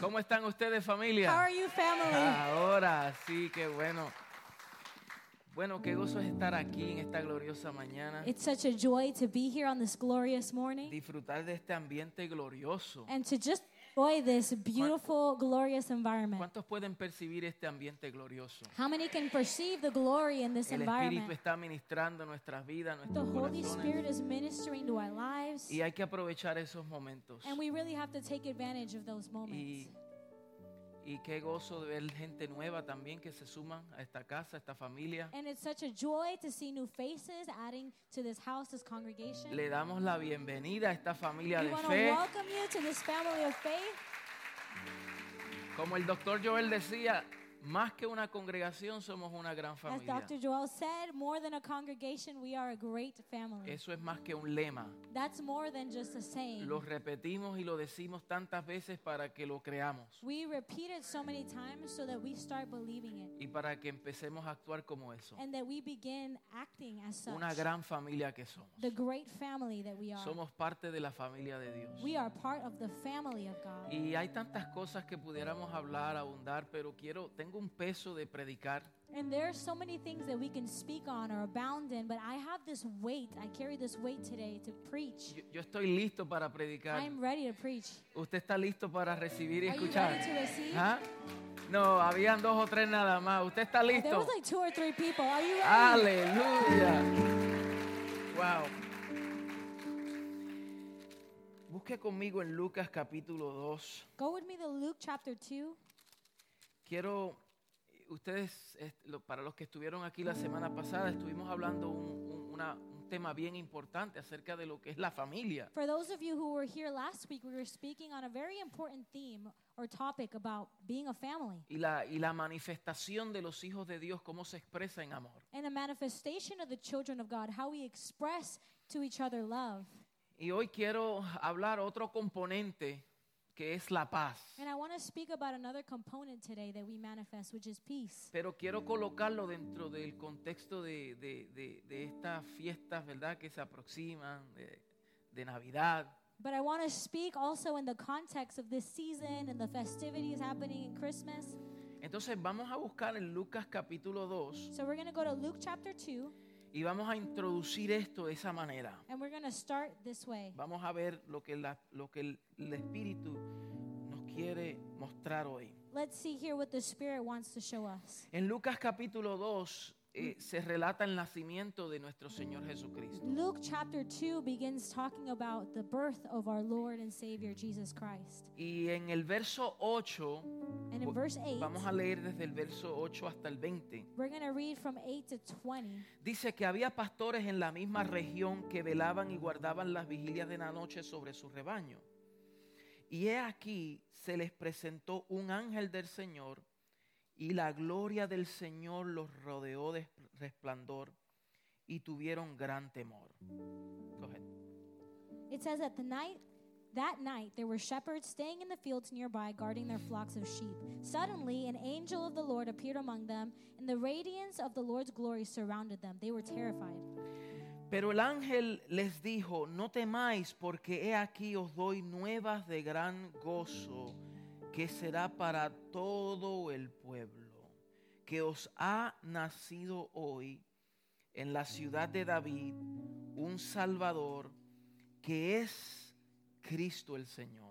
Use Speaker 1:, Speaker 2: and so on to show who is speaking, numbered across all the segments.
Speaker 1: ¿Cómo están ustedes,
Speaker 2: How
Speaker 1: familia?
Speaker 2: are you,
Speaker 1: Uh,
Speaker 2: family?
Speaker 1: Ahora sí, qué bueno. Bueno, qué gozo es estar aquí en esta gloriosa mañana.
Speaker 2: It's such a joy to be here on this glorious morning
Speaker 1: Disfrutar de este ambiente glorioso.
Speaker 2: and to just enjoy this beautiful, glorious environment.
Speaker 1: ¿Cuántos pueden percibir este ambiente glorioso?
Speaker 2: How many can perceive the glory in this
Speaker 1: El Espíritu
Speaker 2: environment?
Speaker 1: está ministrando nuestras vidas,
Speaker 2: The
Speaker 1: nuestros
Speaker 2: Holy Spirit
Speaker 1: corazones.
Speaker 2: is ministering to our lives,
Speaker 1: Y hay que aprovechar esos momentos.
Speaker 2: and we really have to take advantage of those
Speaker 1: Y,
Speaker 2: moments.
Speaker 1: y qué gozo de ver gente nueva también que se suman a esta casa, a esta familia.
Speaker 2: And it's such a joy to see new faces adding to this house, this congregation.
Speaker 1: Le damos la bienvenida a esta familia
Speaker 2: We
Speaker 1: de
Speaker 2: want to
Speaker 1: fe.
Speaker 2: welcome you to this family of faith.
Speaker 1: Como el doctor Joel decía, más que una congregación somos una gran
Speaker 2: As
Speaker 1: familia.
Speaker 2: Dr. Joel said, more than a congregation, we are a great family.
Speaker 1: Eso es más que un lema.
Speaker 2: That's more than just a saying.
Speaker 1: Lo repetimos y lo decimos tantas veces para que lo creamos
Speaker 2: We repeat it so many times so that we start believing it
Speaker 1: y para que empecemos a actuar como eso.
Speaker 2: and that we begin acting as such.
Speaker 1: Una gran familia que somos.
Speaker 2: The great family that we are.
Speaker 1: Somos parte de la familia de Dios.
Speaker 2: We are part of the family of God.
Speaker 1: Y hay tantas cosas que pudiéramos hablar, abundar, pero quiero, tengo un peso de predicar
Speaker 2: And there are so many things that we can speak on or abound in, but I have this weight. I carry this weight today to preach.
Speaker 1: Yo, yo estoy listo para predicar.
Speaker 2: I'm ready to preach.
Speaker 1: ¿Usted está listo para recibir y
Speaker 2: Are you
Speaker 1: escuchar?
Speaker 2: ready to receive?
Speaker 1: ¿Ah? No, habían dos o tres nada más. ¿Usted está
Speaker 2: There was
Speaker 1: listo?
Speaker 2: like two or three people. Are you ready?
Speaker 1: Aleluya. Wow. Busque conmigo en Lucas capítulo 2.
Speaker 2: Go with me to Luke chapter 2.
Speaker 1: Quiero, ustedes, es- lo- para los que estuvieron aquí la semana pasada, estuvimos hablando un, un- una- un tema bien importante acerca de lo que es la familia.
Speaker 2: For those of you who were here last week, we were speaking on a very important theme or topic about being a family
Speaker 1: Y la, y la manifestación de los hijos de Dios, cómo se expresa en amor.
Speaker 2: and a manifestation of the children of God, how we express to each other love.
Speaker 1: Y hoy quiero hablar otro componente que es la paz.
Speaker 2: And I want to speak about another component today that we manifest, which is peace.
Speaker 1: Pero quiero colocarlo dentro del contexto de, de- de- de estas fiestas, ¿verdad? Que se aproximan, de, de Navidad.
Speaker 2: But I want to speak also in the context of this season and the festivities happening in Christmas.
Speaker 1: Entonces vamos a buscar en Lucas capítulo 2
Speaker 2: So we're going to go to Luke chapter 2
Speaker 1: y vamos a introducir esto de esa manera.
Speaker 2: and we're going to start this way.
Speaker 1: Vamos a ver lo que, la- lo que el, el Espíritu nos quiere mostrar hoy.
Speaker 2: Let's see here what the Spirit wants to show us.
Speaker 1: En Lucas capítulo 2 eh, se relata el nacimiento de nuestro Señor Jesucristo.
Speaker 2: Luke chapter 2 begins talking about the birth of our Lord and Savior Jesus Christ.
Speaker 1: Y en el verso 8,
Speaker 2: And in
Speaker 1: Bu-
Speaker 2: verse 8,
Speaker 1: vamos a leer desde el verso 8 hasta el 20.
Speaker 2: we're going to read from 8 to 20.
Speaker 1: Dice que había pastores en la misma región que velaban y guardaban las vigilias de la noche sobre su rebaño. Y he aquí se les presentó un ángel del Señor y la gloria del Señor los rodeó de resplandor y tuvieron gran temor. Go ahead.
Speaker 2: It says that the night that night there were shepherds staying in the fields nearby guarding their flocks of sheep. Suddenly an angel of the Lord appeared among them, and the radiance of the Lord's glory surrounded them. They were terrified.
Speaker 1: Pero el ángel les dijo, no temáis porque he aquí os doy nuevas de gran gozo que será para todo el pueblo, que os ha nacido hoy en la ciudad de David un Salvador que es Cristo el Señor.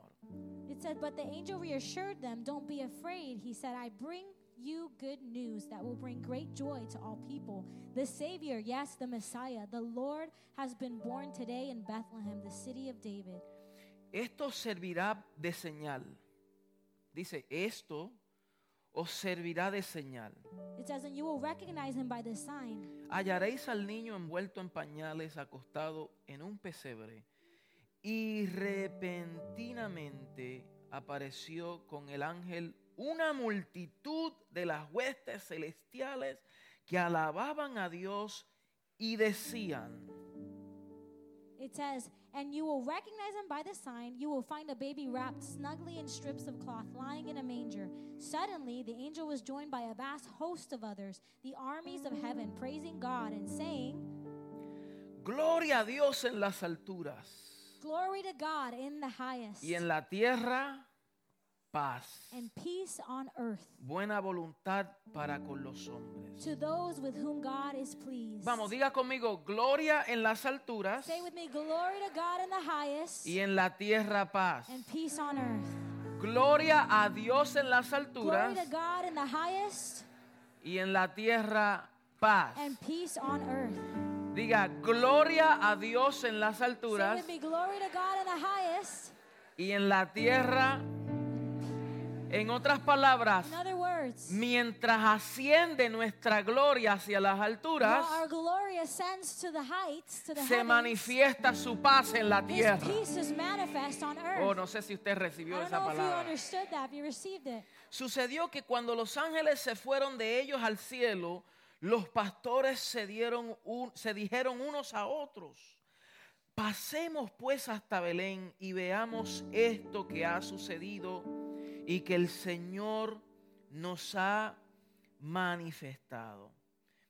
Speaker 2: It said, But the angel reassured them, Don't be afraid. He said, I bring you good news that will bring great joy to all people. The Savior, yes, the Messiah, the Lord, has been born today in Bethlehem, the city of David.
Speaker 1: Esto servirá de señal. Dice, esto os servirá de señal.
Speaker 2: It says, And you will recognize him by this sign.
Speaker 1: hallaréis al niño envuelto en pañales, acostado en un pesebre. Y repentinamente apareció con el ángel una multitud de las huestes celestiales que alababan a Dios y decían,
Speaker 2: It says, And you will recognize him by the sign. You will find a baby wrapped snugly in strips of cloth, lying in a manger. Suddenly, the angel was joined by a vast host of others, the armies of heaven, praising God and saying,
Speaker 1: Gloria a Dios en las alturas
Speaker 2: Glory to God in the highest.
Speaker 1: y en la tierra paz,
Speaker 2: and peace on earth
Speaker 1: buena voluntad para con los hombres.
Speaker 2: to those with whom God is pleased.
Speaker 1: Vamos, diga conmigo, gloria en las alturas
Speaker 2: Say with me, glory to God in the highest
Speaker 1: y en la tierra paz.
Speaker 2: and peace on earth.
Speaker 1: Gloria a Dios en las
Speaker 2: Glory
Speaker 1: alturas
Speaker 2: to God in the highest
Speaker 1: y en la tierra paz.
Speaker 2: and peace on earth.
Speaker 1: Diga, gloria a Dios en las
Speaker 2: Say
Speaker 1: alturas
Speaker 2: with me, glory to God in the highest.
Speaker 1: y en la tierra. En otras palabras,
Speaker 2: In other words,
Speaker 1: mientras asciende nutra gloria hacia las
Speaker 2: while
Speaker 1: alturas,
Speaker 2: our glory ascends to the heights, to the
Speaker 1: se
Speaker 2: heavens,
Speaker 1: manifiesta su paz en la
Speaker 2: His
Speaker 1: tierra.
Speaker 2: peace is manifest on earth.
Speaker 1: Oh, no sé si usted recibió
Speaker 2: I don't
Speaker 1: esa
Speaker 2: know if you
Speaker 1: palabra.
Speaker 2: understood that, if you received it.
Speaker 1: Sucedió que cuando los ángeles se fueron de ellos al cielo, los pastores se, dieron un- se dijeron unos a otros, pasemos pues hasta Belén y veamos esto que ha sucedido y que el Señor nos ha manifestado.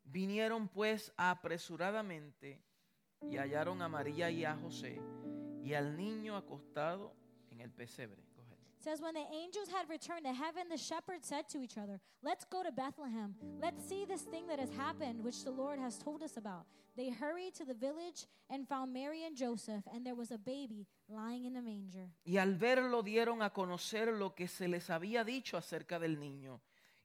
Speaker 1: Vinieron pues apresuradamente y hallaron a María y a José y al niño acostado en el pesebre. Coge.
Speaker 2: It says when the angels had returned to heaven the shepherds said to each other let's go to bethlehem let's see this thing that has happened which the lord has told us about they hurried to the village and found mary and joseph and there was a baby lying in a manger
Speaker 1: Y al verlo dieron a conocer lo que se les había dicho acerca del niño.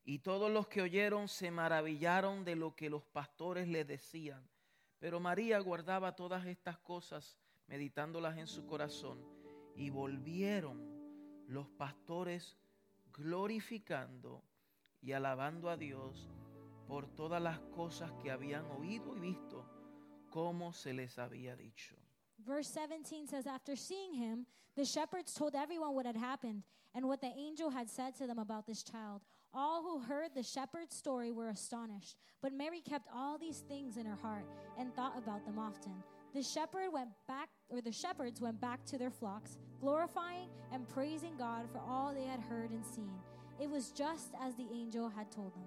Speaker 1: Y todos los que oyeron se maravillaron de lo que los pastores les decían. Pero María guardaba todas estas cosas, meditándolas en su corazón. Y volvieron los pastores glorificando y alabando a Dios por todas las cosas que habían oído y visto, como se les había dicho.
Speaker 2: verse 17 says after seeing him the shepherds told everyone what had happened and what the angel had said to them about this child all who heard the shepherd's story were astonished but mary kept all these things in her heart and thought about them often the shepherd went back or the shepherds went back to their flocks glorifying and praising god for all they had heard and seen it was just as the angel had told them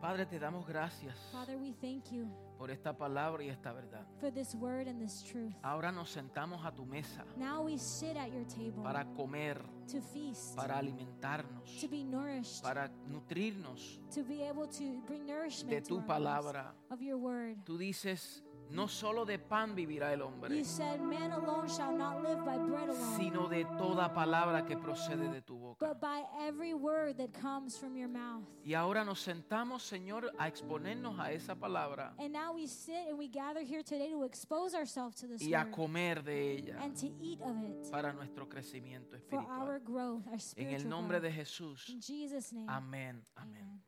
Speaker 1: Padre, te damos gracias.
Speaker 2: father we thank you
Speaker 1: por esta palabra y esta verdad.
Speaker 2: for this word and this truth
Speaker 1: Ahora nos sentamos a tu mesa
Speaker 2: now we sit at your table
Speaker 1: para comer,
Speaker 2: to feast
Speaker 1: para alimentarnos,
Speaker 2: to be nourished,
Speaker 1: para nutrirnos
Speaker 2: to be able to bring nourishment
Speaker 1: de
Speaker 2: to
Speaker 1: tu
Speaker 2: our lives,
Speaker 1: palabra.
Speaker 2: of your word.
Speaker 1: Tú dices, no solo de pan vivirá el hombre,
Speaker 2: You said, "Man alone shall not live by bread alone,
Speaker 1: sino de toda palabra que procede de tu boca.
Speaker 2: but by every word that comes from your mouth."
Speaker 1: Y ahora nos sentamos, Señor, a exponernos a esa palabra
Speaker 2: And now we sit and we gather here today to expose ourselves to this
Speaker 1: y a
Speaker 2: word
Speaker 1: comer de ella
Speaker 2: and to eat of it
Speaker 1: para nuestro crecimiento
Speaker 2: for our
Speaker 1: espiritual.
Speaker 2: growth, our
Speaker 1: En el
Speaker 2: spiritual
Speaker 1: nombre de
Speaker 2: growth.
Speaker 1: Jesús.
Speaker 2: In Jesus' name.
Speaker 1: Amén, amén.
Speaker 2: Amen.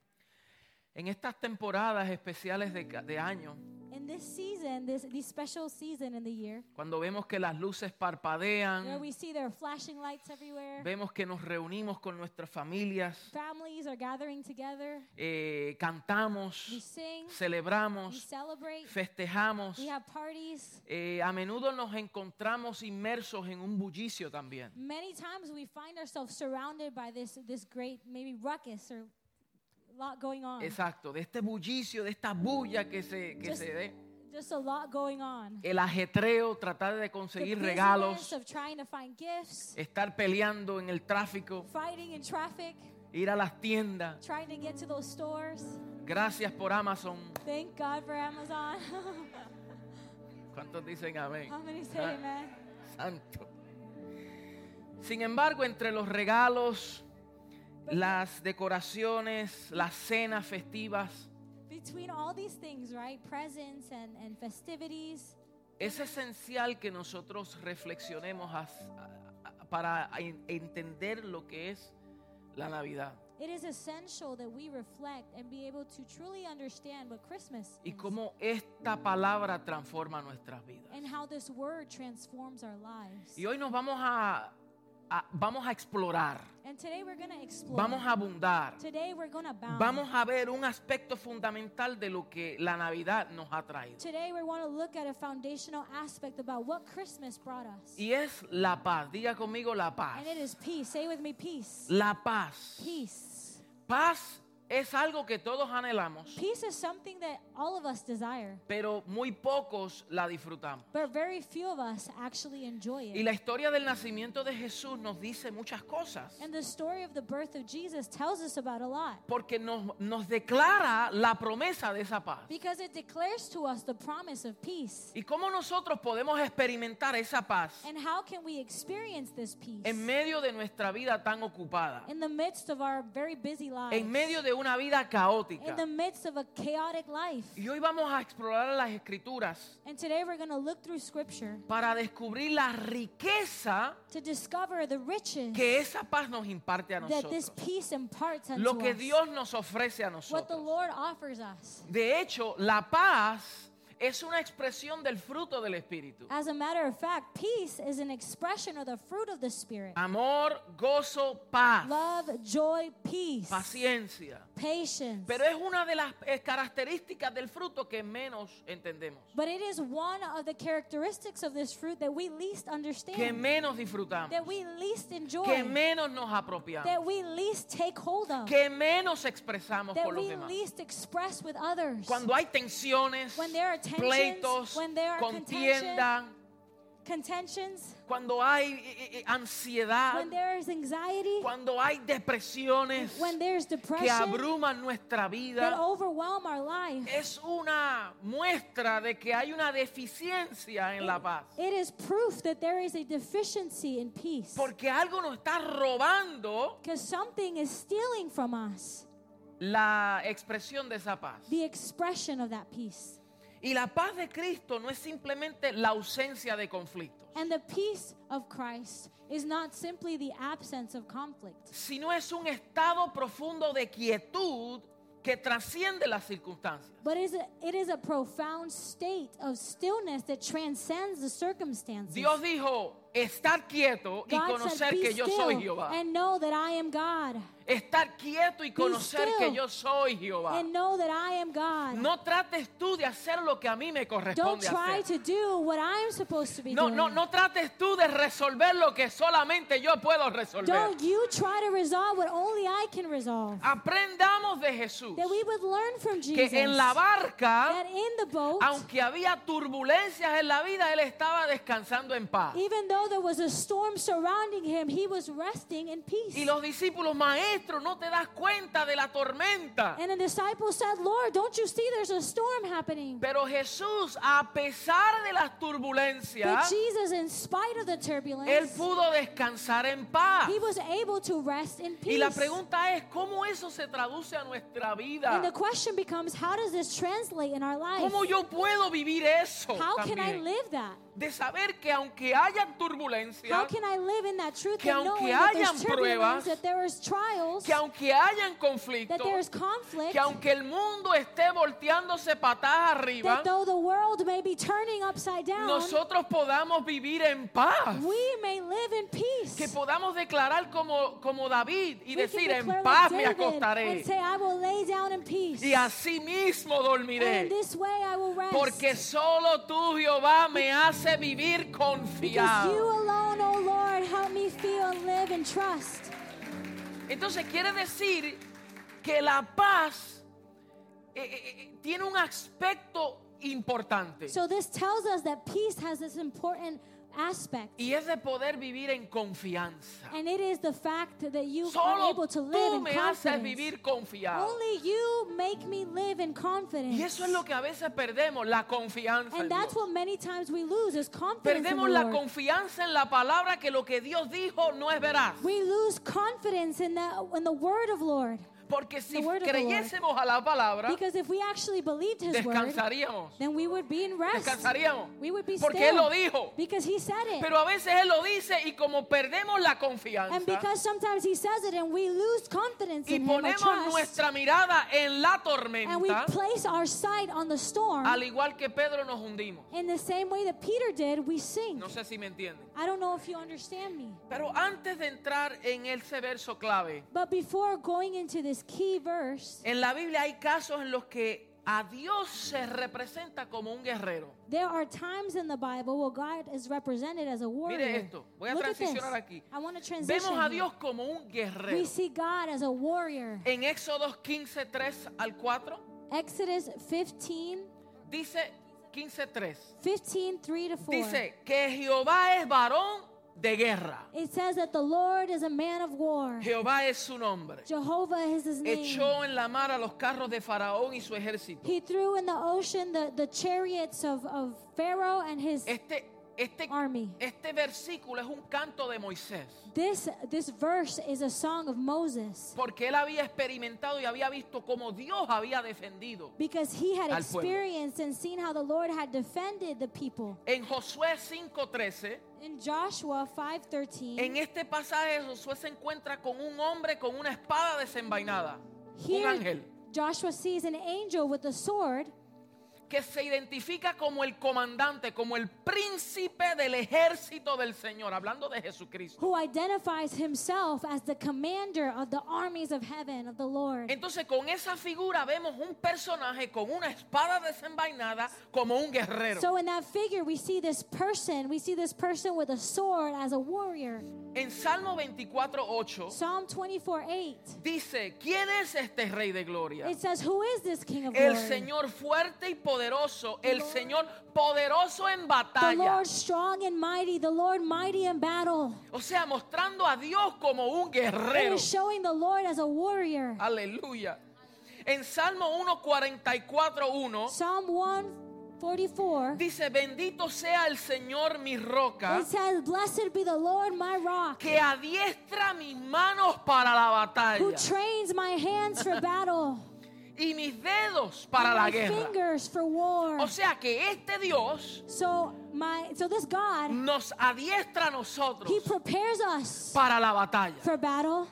Speaker 1: En estas temporadas especiales de, ca- de año,
Speaker 2: In this season, this, this special season in the year,
Speaker 1: cuando vemos que las luces
Speaker 2: where
Speaker 1: parpadean,
Speaker 2: we see there are flashing lights everywhere,
Speaker 1: vemos que nos reunimos con nuestras familias,
Speaker 2: families are gathering together,
Speaker 1: eh,
Speaker 2: we
Speaker 1: cantamos,
Speaker 2: sing, we
Speaker 1: celebramos,
Speaker 2: celebrate,
Speaker 1: festejamos,
Speaker 2: We have parties.
Speaker 1: eh, a menudo nos encontramos inmersos en un bullicio también.
Speaker 2: Many times we find ourselves surrounded by this this great maybe ruckus or lot going on.
Speaker 1: Exacto, de este bullicio, de esta bulla que se, que
Speaker 2: Just-
Speaker 1: se dé.
Speaker 2: Just a lot going on.
Speaker 1: El ajetreo, tratar de
Speaker 2: The
Speaker 1: conseguir
Speaker 2: busyness
Speaker 1: regalos,
Speaker 2: of trying to find gifts,
Speaker 1: estar peleando en el tráfico,
Speaker 2: fighting in traffic,
Speaker 1: ir a las tiendas.
Speaker 2: trying to get to those stores.
Speaker 1: Gracias por Amazon.
Speaker 2: Thank God for Amazon.
Speaker 1: ¿Cuántos dicen amén?
Speaker 2: How many say
Speaker 1: Ah.
Speaker 2: amen?
Speaker 1: Santo. Sin embargo, entre los regalos, las decoraciones, las cenas festivas,
Speaker 2: Between all these things, right? Presents and, and festivities,
Speaker 1: es esencial que nosotros reflexionemos as- a- a- para en- entender lo que es la Navidad
Speaker 2: it is essential that we reflect and be able to truly understand what Christmas
Speaker 1: y
Speaker 2: is.
Speaker 1: cómo esta palabra transforma nuestras vidas.
Speaker 2: and how this word transforms our lives.
Speaker 1: Y hoy nos vamos a, a- vamos a explorar,
Speaker 2: and today we're going to explore.
Speaker 1: vamos a abundar,
Speaker 2: today we're going to bound.
Speaker 1: vamos a ver un aspecto fundamental de lo que la Navidad nos ha traído.
Speaker 2: today we want to look at a foundational aspect about what Christmas brought us.
Speaker 1: Y es la paz. Diga conmigo la paz.
Speaker 2: and it is peace. Say with me peace.
Speaker 1: La paz.
Speaker 2: Peace.
Speaker 1: Paz es algo que todos anhelamos,
Speaker 2: Peace is something that all of us desire,
Speaker 1: pero muy pocos la disfrutamos.
Speaker 2: but very few of us actually enjoy
Speaker 1: Y
Speaker 2: it.
Speaker 1: la historia del nacimiento de Jesús nos dice muchas cosas,
Speaker 2: And the story of the birth of Jesus tells us about a lot
Speaker 1: porque nos, nos declara la promesa de esa paz.
Speaker 2: because it declares to us the promise of peace.
Speaker 1: ¿Y cómo nosotros podemos experimentar esa paz
Speaker 2: And how can we experience this peace
Speaker 1: en medio de nuestra vida tan ocupada?
Speaker 2: in the midst of our very busy lives?
Speaker 1: En medio de una vida
Speaker 2: in
Speaker 1: caótica.
Speaker 2: the midst of a chaotic life.
Speaker 1: Y hoy vamos a explorar las escrituras
Speaker 2: And today we're going to look through scripture
Speaker 1: para descubrir la riqueza
Speaker 2: to discover the riches
Speaker 1: que esa paz nos imparte a
Speaker 2: that this
Speaker 1: nosotros.
Speaker 2: peace imparts unto
Speaker 1: Lo que
Speaker 2: us.
Speaker 1: Dios nos ofrece a
Speaker 2: what the
Speaker 1: nosotros.
Speaker 2: Lord offers us.
Speaker 1: De hecho, la paz es una expresión del fruto del Espíritu.
Speaker 2: As a matter of fact, peace is an expression of the fruit of the Spirit.
Speaker 1: Ah. Amor, gozo, paz,
Speaker 2: Love, joy, peace,
Speaker 1: paciencia.
Speaker 2: patience.
Speaker 1: Pero es una de las eh, características del fruto que menos entendemos,
Speaker 2: but it is one of the characteristics of this fruit that we least
Speaker 1: que
Speaker 2: understand,
Speaker 1: menos disfrutamos,
Speaker 2: that we least enjoy,
Speaker 1: que menos nos apropiamos,
Speaker 2: that we least take hold of,
Speaker 1: que menos expresamos
Speaker 2: that
Speaker 1: con los
Speaker 2: we
Speaker 1: demás.
Speaker 2: least express with others.
Speaker 1: Cuando hay tensiones,
Speaker 2: When there are tensions,
Speaker 1: pleitos,
Speaker 2: when there are
Speaker 1: contienda,
Speaker 2: Contentions,
Speaker 1: cuando hay eh, eh, ansiedad,
Speaker 2: when there is anxiety,
Speaker 1: cuando hay depresiones
Speaker 2: when there's
Speaker 1: que
Speaker 2: depression,
Speaker 1: abruman nuestra
Speaker 2: that
Speaker 1: vida,
Speaker 2: overwhelm our life.
Speaker 1: es una muestra de que hay una deficiencia en la paz.
Speaker 2: It is proof that there is a deficiency in peace.
Speaker 1: Porque algo nos está robando
Speaker 2: Because something is stealing from us
Speaker 1: la expresión de esa paz.
Speaker 2: the expression of that peace.
Speaker 1: Y la paz de Cristo no es simplemente la ausencia de conflictos,
Speaker 2: And the peace of Christ is not simply the absence of conflict,
Speaker 1: sino es un estado profundo de quietud que trasciende las circunstancias.
Speaker 2: but is a, it is a profound state of stillness that transcends the circumstances.
Speaker 1: Dios dijo, estar quieto y
Speaker 2: God
Speaker 1: conocer
Speaker 2: said, "Be
Speaker 1: que yo
Speaker 2: still
Speaker 1: soy Jehová.
Speaker 2: and know that I am God,
Speaker 1: Estar quieto y conocer que
Speaker 2: still
Speaker 1: yo soy Jehová.
Speaker 2: and know that I am God.
Speaker 1: No trates tú de hacer lo que a mí me
Speaker 2: Don't
Speaker 1: corresponde
Speaker 2: try
Speaker 1: hacer.
Speaker 2: to do what I'm supposed to be
Speaker 1: No,
Speaker 2: doing.
Speaker 1: no, no trates tú de resolver lo que solamente yo puedo resolver.
Speaker 2: Don't you try to resolve what only I can resolve.
Speaker 1: Aprendamos de Jesús
Speaker 2: That we would learn from Jesus
Speaker 1: que en la barca,
Speaker 2: that in the boat,
Speaker 1: aunque había turbulencias en la vida, él estaba descansando en paz.
Speaker 2: even though there was a storm surrounding him, he was resting in peace.
Speaker 1: Y los discípulos, maestro, no te das cuenta de la tormenta.
Speaker 2: and the disciples said, Lord, don't you see there's a storm happening?
Speaker 1: Pero Jesús, a pesar de las
Speaker 2: But
Speaker 1: turbulencias,
Speaker 2: Jesus, in spite of the
Speaker 1: él
Speaker 2: turbulence,
Speaker 1: pudo descansar en paz.
Speaker 2: he was able to rest in peace.
Speaker 1: Y la pregunta es, ¿cómo eso se traduce a nuestra vida?
Speaker 2: and the question becomes, how does this translate in our life?
Speaker 1: ¿Cómo yo puedo vivir eso?
Speaker 2: how can I
Speaker 1: también?
Speaker 2: live that?
Speaker 1: De saber que aunque hayan
Speaker 2: How
Speaker 1: turbulencias,
Speaker 2: can I live in that truth
Speaker 1: que
Speaker 2: and
Speaker 1: aunque
Speaker 2: knowing that there's
Speaker 1: hayan
Speaker 2: turbulence,
Speaker 1: pruebas,
Speaker 2: that there is trials,
Speaker 1: que aunque hayan
Speaker 2: that there is
Speaker 1: conflictos,
Speaker 2: conflict,
Speaker 1: que aunque el mundo esté volteándose patas arriba,
Speaker 2: that though the world may be turning upside down,
Speaker 1: nosotros podamos vivir en paz.
Speaker 2: we may live in peace.
Speaker 1: Que podamos declarar como, como David y
Speaker 2: We can
Speaker 1: decir, en
Speaker 2: declare
Speaker 1: paz
Speaker 2: like
Speaker 1: me
Speaker 2: David
Speaker 1: acostaré
Speaker 2: And say, I will lay down in peace.
Speaker 1: y así mismo
Speaker 2: and in
Speaker 1: dormiré.
Speaker 2: this way I will rest.
Speaker 1: Porque solo tú, Jehová, me hace vivir
Speaker 2: because you
Speaker 1: confiado.
Speaker 2: alone, O Lord, help me feel and live in trust.
Speaker 1: Entonces quiere decir que la paz eh, eh, eh, tiene un aspecto importante
Speaker 2: So this tells us that peace has this important aspect.
Speaker 1: y es de poder vivir en confianza.
Speaker 2: And it is the fact that you are
Speaker 1: Solo
Speaker 2: able to live
Speaker 1: tú
Speaker 2: in
Speaker 1: me haces
Speaker 2: confidence.
Speaker 1: vivir confiado.
Speaker 2: Only you make me live in confidence.
Speaker 1: Y eso es lo que a veces perdemos, la confianza. en
Speaker 2: and that's
Speaker 1: Dios.
Speaker 2: what many times we lose is confidence in the
Speaker 1: Perdemos la
Speaker 2: Lord.
Speaker 1: confianza en la palabra que lo que Dios dijo no es veraz.
Speaker 2: We lose confidence in the in the word of Lord.
Speaker 1: Porque si
Speaker 2: The word of the Lord.
Speaker 1: creyésemos a la palabra,
Speaker 2: Because if we actually believed his word,
Speaker 1: descansaríamos.
Speaker 2: then we would be in rest.
Speaker 1: Descansaríamos.
Speaker 2: We would be
Speaker 1: Porque
Speaker 2: still.
Speaker 1: Él lo dijo.
Speaker 2: Because he said it.
Speaker 1: Pero a veces Él lo dice y como perdemos la
Speaker 2: and
Speaker 1: confianza
Speaker 2: because sometimes he says it and we lose confidence
Speaker 1: y
Speaker 2: in him or
Speaker 1: ponemos
Speaker 2: trust,
Speaker 1: nuestra mirada en la
Speaker 2: and we
Speaker 1: tormenta,
Speaker 2: place our sight on the storm,
Speaker 1: al igual que Pedro nos hundimos.
Speaker 2: in the same way that Peter did, we sink.
Speaker 1: No sé si me entienden.
Speaker 2: I don't know if you understand me.
Speaker 1: Pero antes de entrar en ese verso clave,
Speaker 2: But before going into this key verse,
Speaker 1: en la Biblia hay casos en los que a Dios se representa como un guerrero.
Speaker 2: There are times in the Bible where God is represented as a warrior.
Speaker 1: Mire esto, voy a
Speaker 2: Look at this.
Speaker 1: transicionar aquí.
Speaker 2: I want to transition.
Speaker 1: Vemos a
Speaker 2: here.
Speaker 1: Dios como un guerrero.
Speaker 2: We see God as a warrior.
Speaker 1: En Éxodo 15, 3 al 4,
Speaker 2: Exodus 15,
Speaker 1: dice 15, 3.
Speaker 2: 15, 3 to 4.
Speaker 1: Dice que Jehová es varón de guerra.
Speaker 2: It says that the Lord is a man of war.
Speaker 1: Jehová es su nombre.
Speaker 2: Jehovah is his name.
Speaker 1: Echó en la mar a los carros de Faraón y su ejército.
Speaker 2: He threw in the ocean the, the chariots of, of Pharaoh and his.
Speaker 1: Este, este,
Speaker 2: Army.
Speaker 1: este versículo es un canto de Moisés.
Speaker 2: This, this verse is a song of Moses
Speaker 1: Porque él había experimentado y había visto cómo Dios había defendido.
Speaker 2: because he had
Speaker 1: Al pueblo.
Speaker 2: experienced and seen how the Lord had defended the people.
Speaker 1: En Josué 5:13,
Speaker 2: In Joshua 5:13,
Speaker 1: en este pasaje Josué se encuentra con un hombre con una espada desenvainada, un
Speaker 2: here
Speaker 1: ángel,
Speaker 2: Joshua sees an angel with a sword
Speaker 1: que se identifica como el comandante, como el príncipe del ejército del Señor, hablando de Jesucristo.
Speaker 2: who identifies himself as the commander of the armies of heaven of the Lord.
Speaker 1: Entonces con esa figura vemos un personaje con una espada desenvainada como un guerrero.
Speaker 2: So in that figure we see this person, we see this person with a sword as a warrior.
Speaker 1: en Salmo 24:8
Speaker 2: Psalm 24:8.
Speaker 1: dice, ¿quién es este rey de gloria?
Speaker 2: It says, Who is this King of
Speaker 1: El
Speaker 2: glory?
Speaker 1: Señor fuerte y poderoso, el Señor poderoso en
Speaker 2: the
Speaker 1: batalla.
Speaker 2: Lord strong and mighty, the Lord mighty in battle.
Speaker 1: O sea, mostrando a Dios como un
Speaker 2: It
Speaker 1: guerrero.
Speaker 2: is showing the Lord as a warrior.
Speaker 1: Aleluya. En Salmo 144.1
Speaker 2: Psalm 144.
Speaker 1: dice, bendito sea el Señor mi roca,
Speaker 2: It says, Blessed be the Lord my rock,
Speaker 1: que adiestra mis manos para la
Speaker 2: who
Speaker 1: batalla
Speaker 2: trains my hands for battle,
Speaker 1: y mis dedos para
Speaker 2: and
Speaker 1: la
Speaker 2: my
Speaker 1: guerra. Oh,
Speaker 2: fingers for war.
Speaker 1: O sea que este Dios
Speaker 2: So my so this God,
Speaker 1: nos adiestra a
Speaker 2: He
Speaker 1: nosotros
Speaker 2: prepares us
Speaker 1: para la batalla.
Speaker 2: for battle.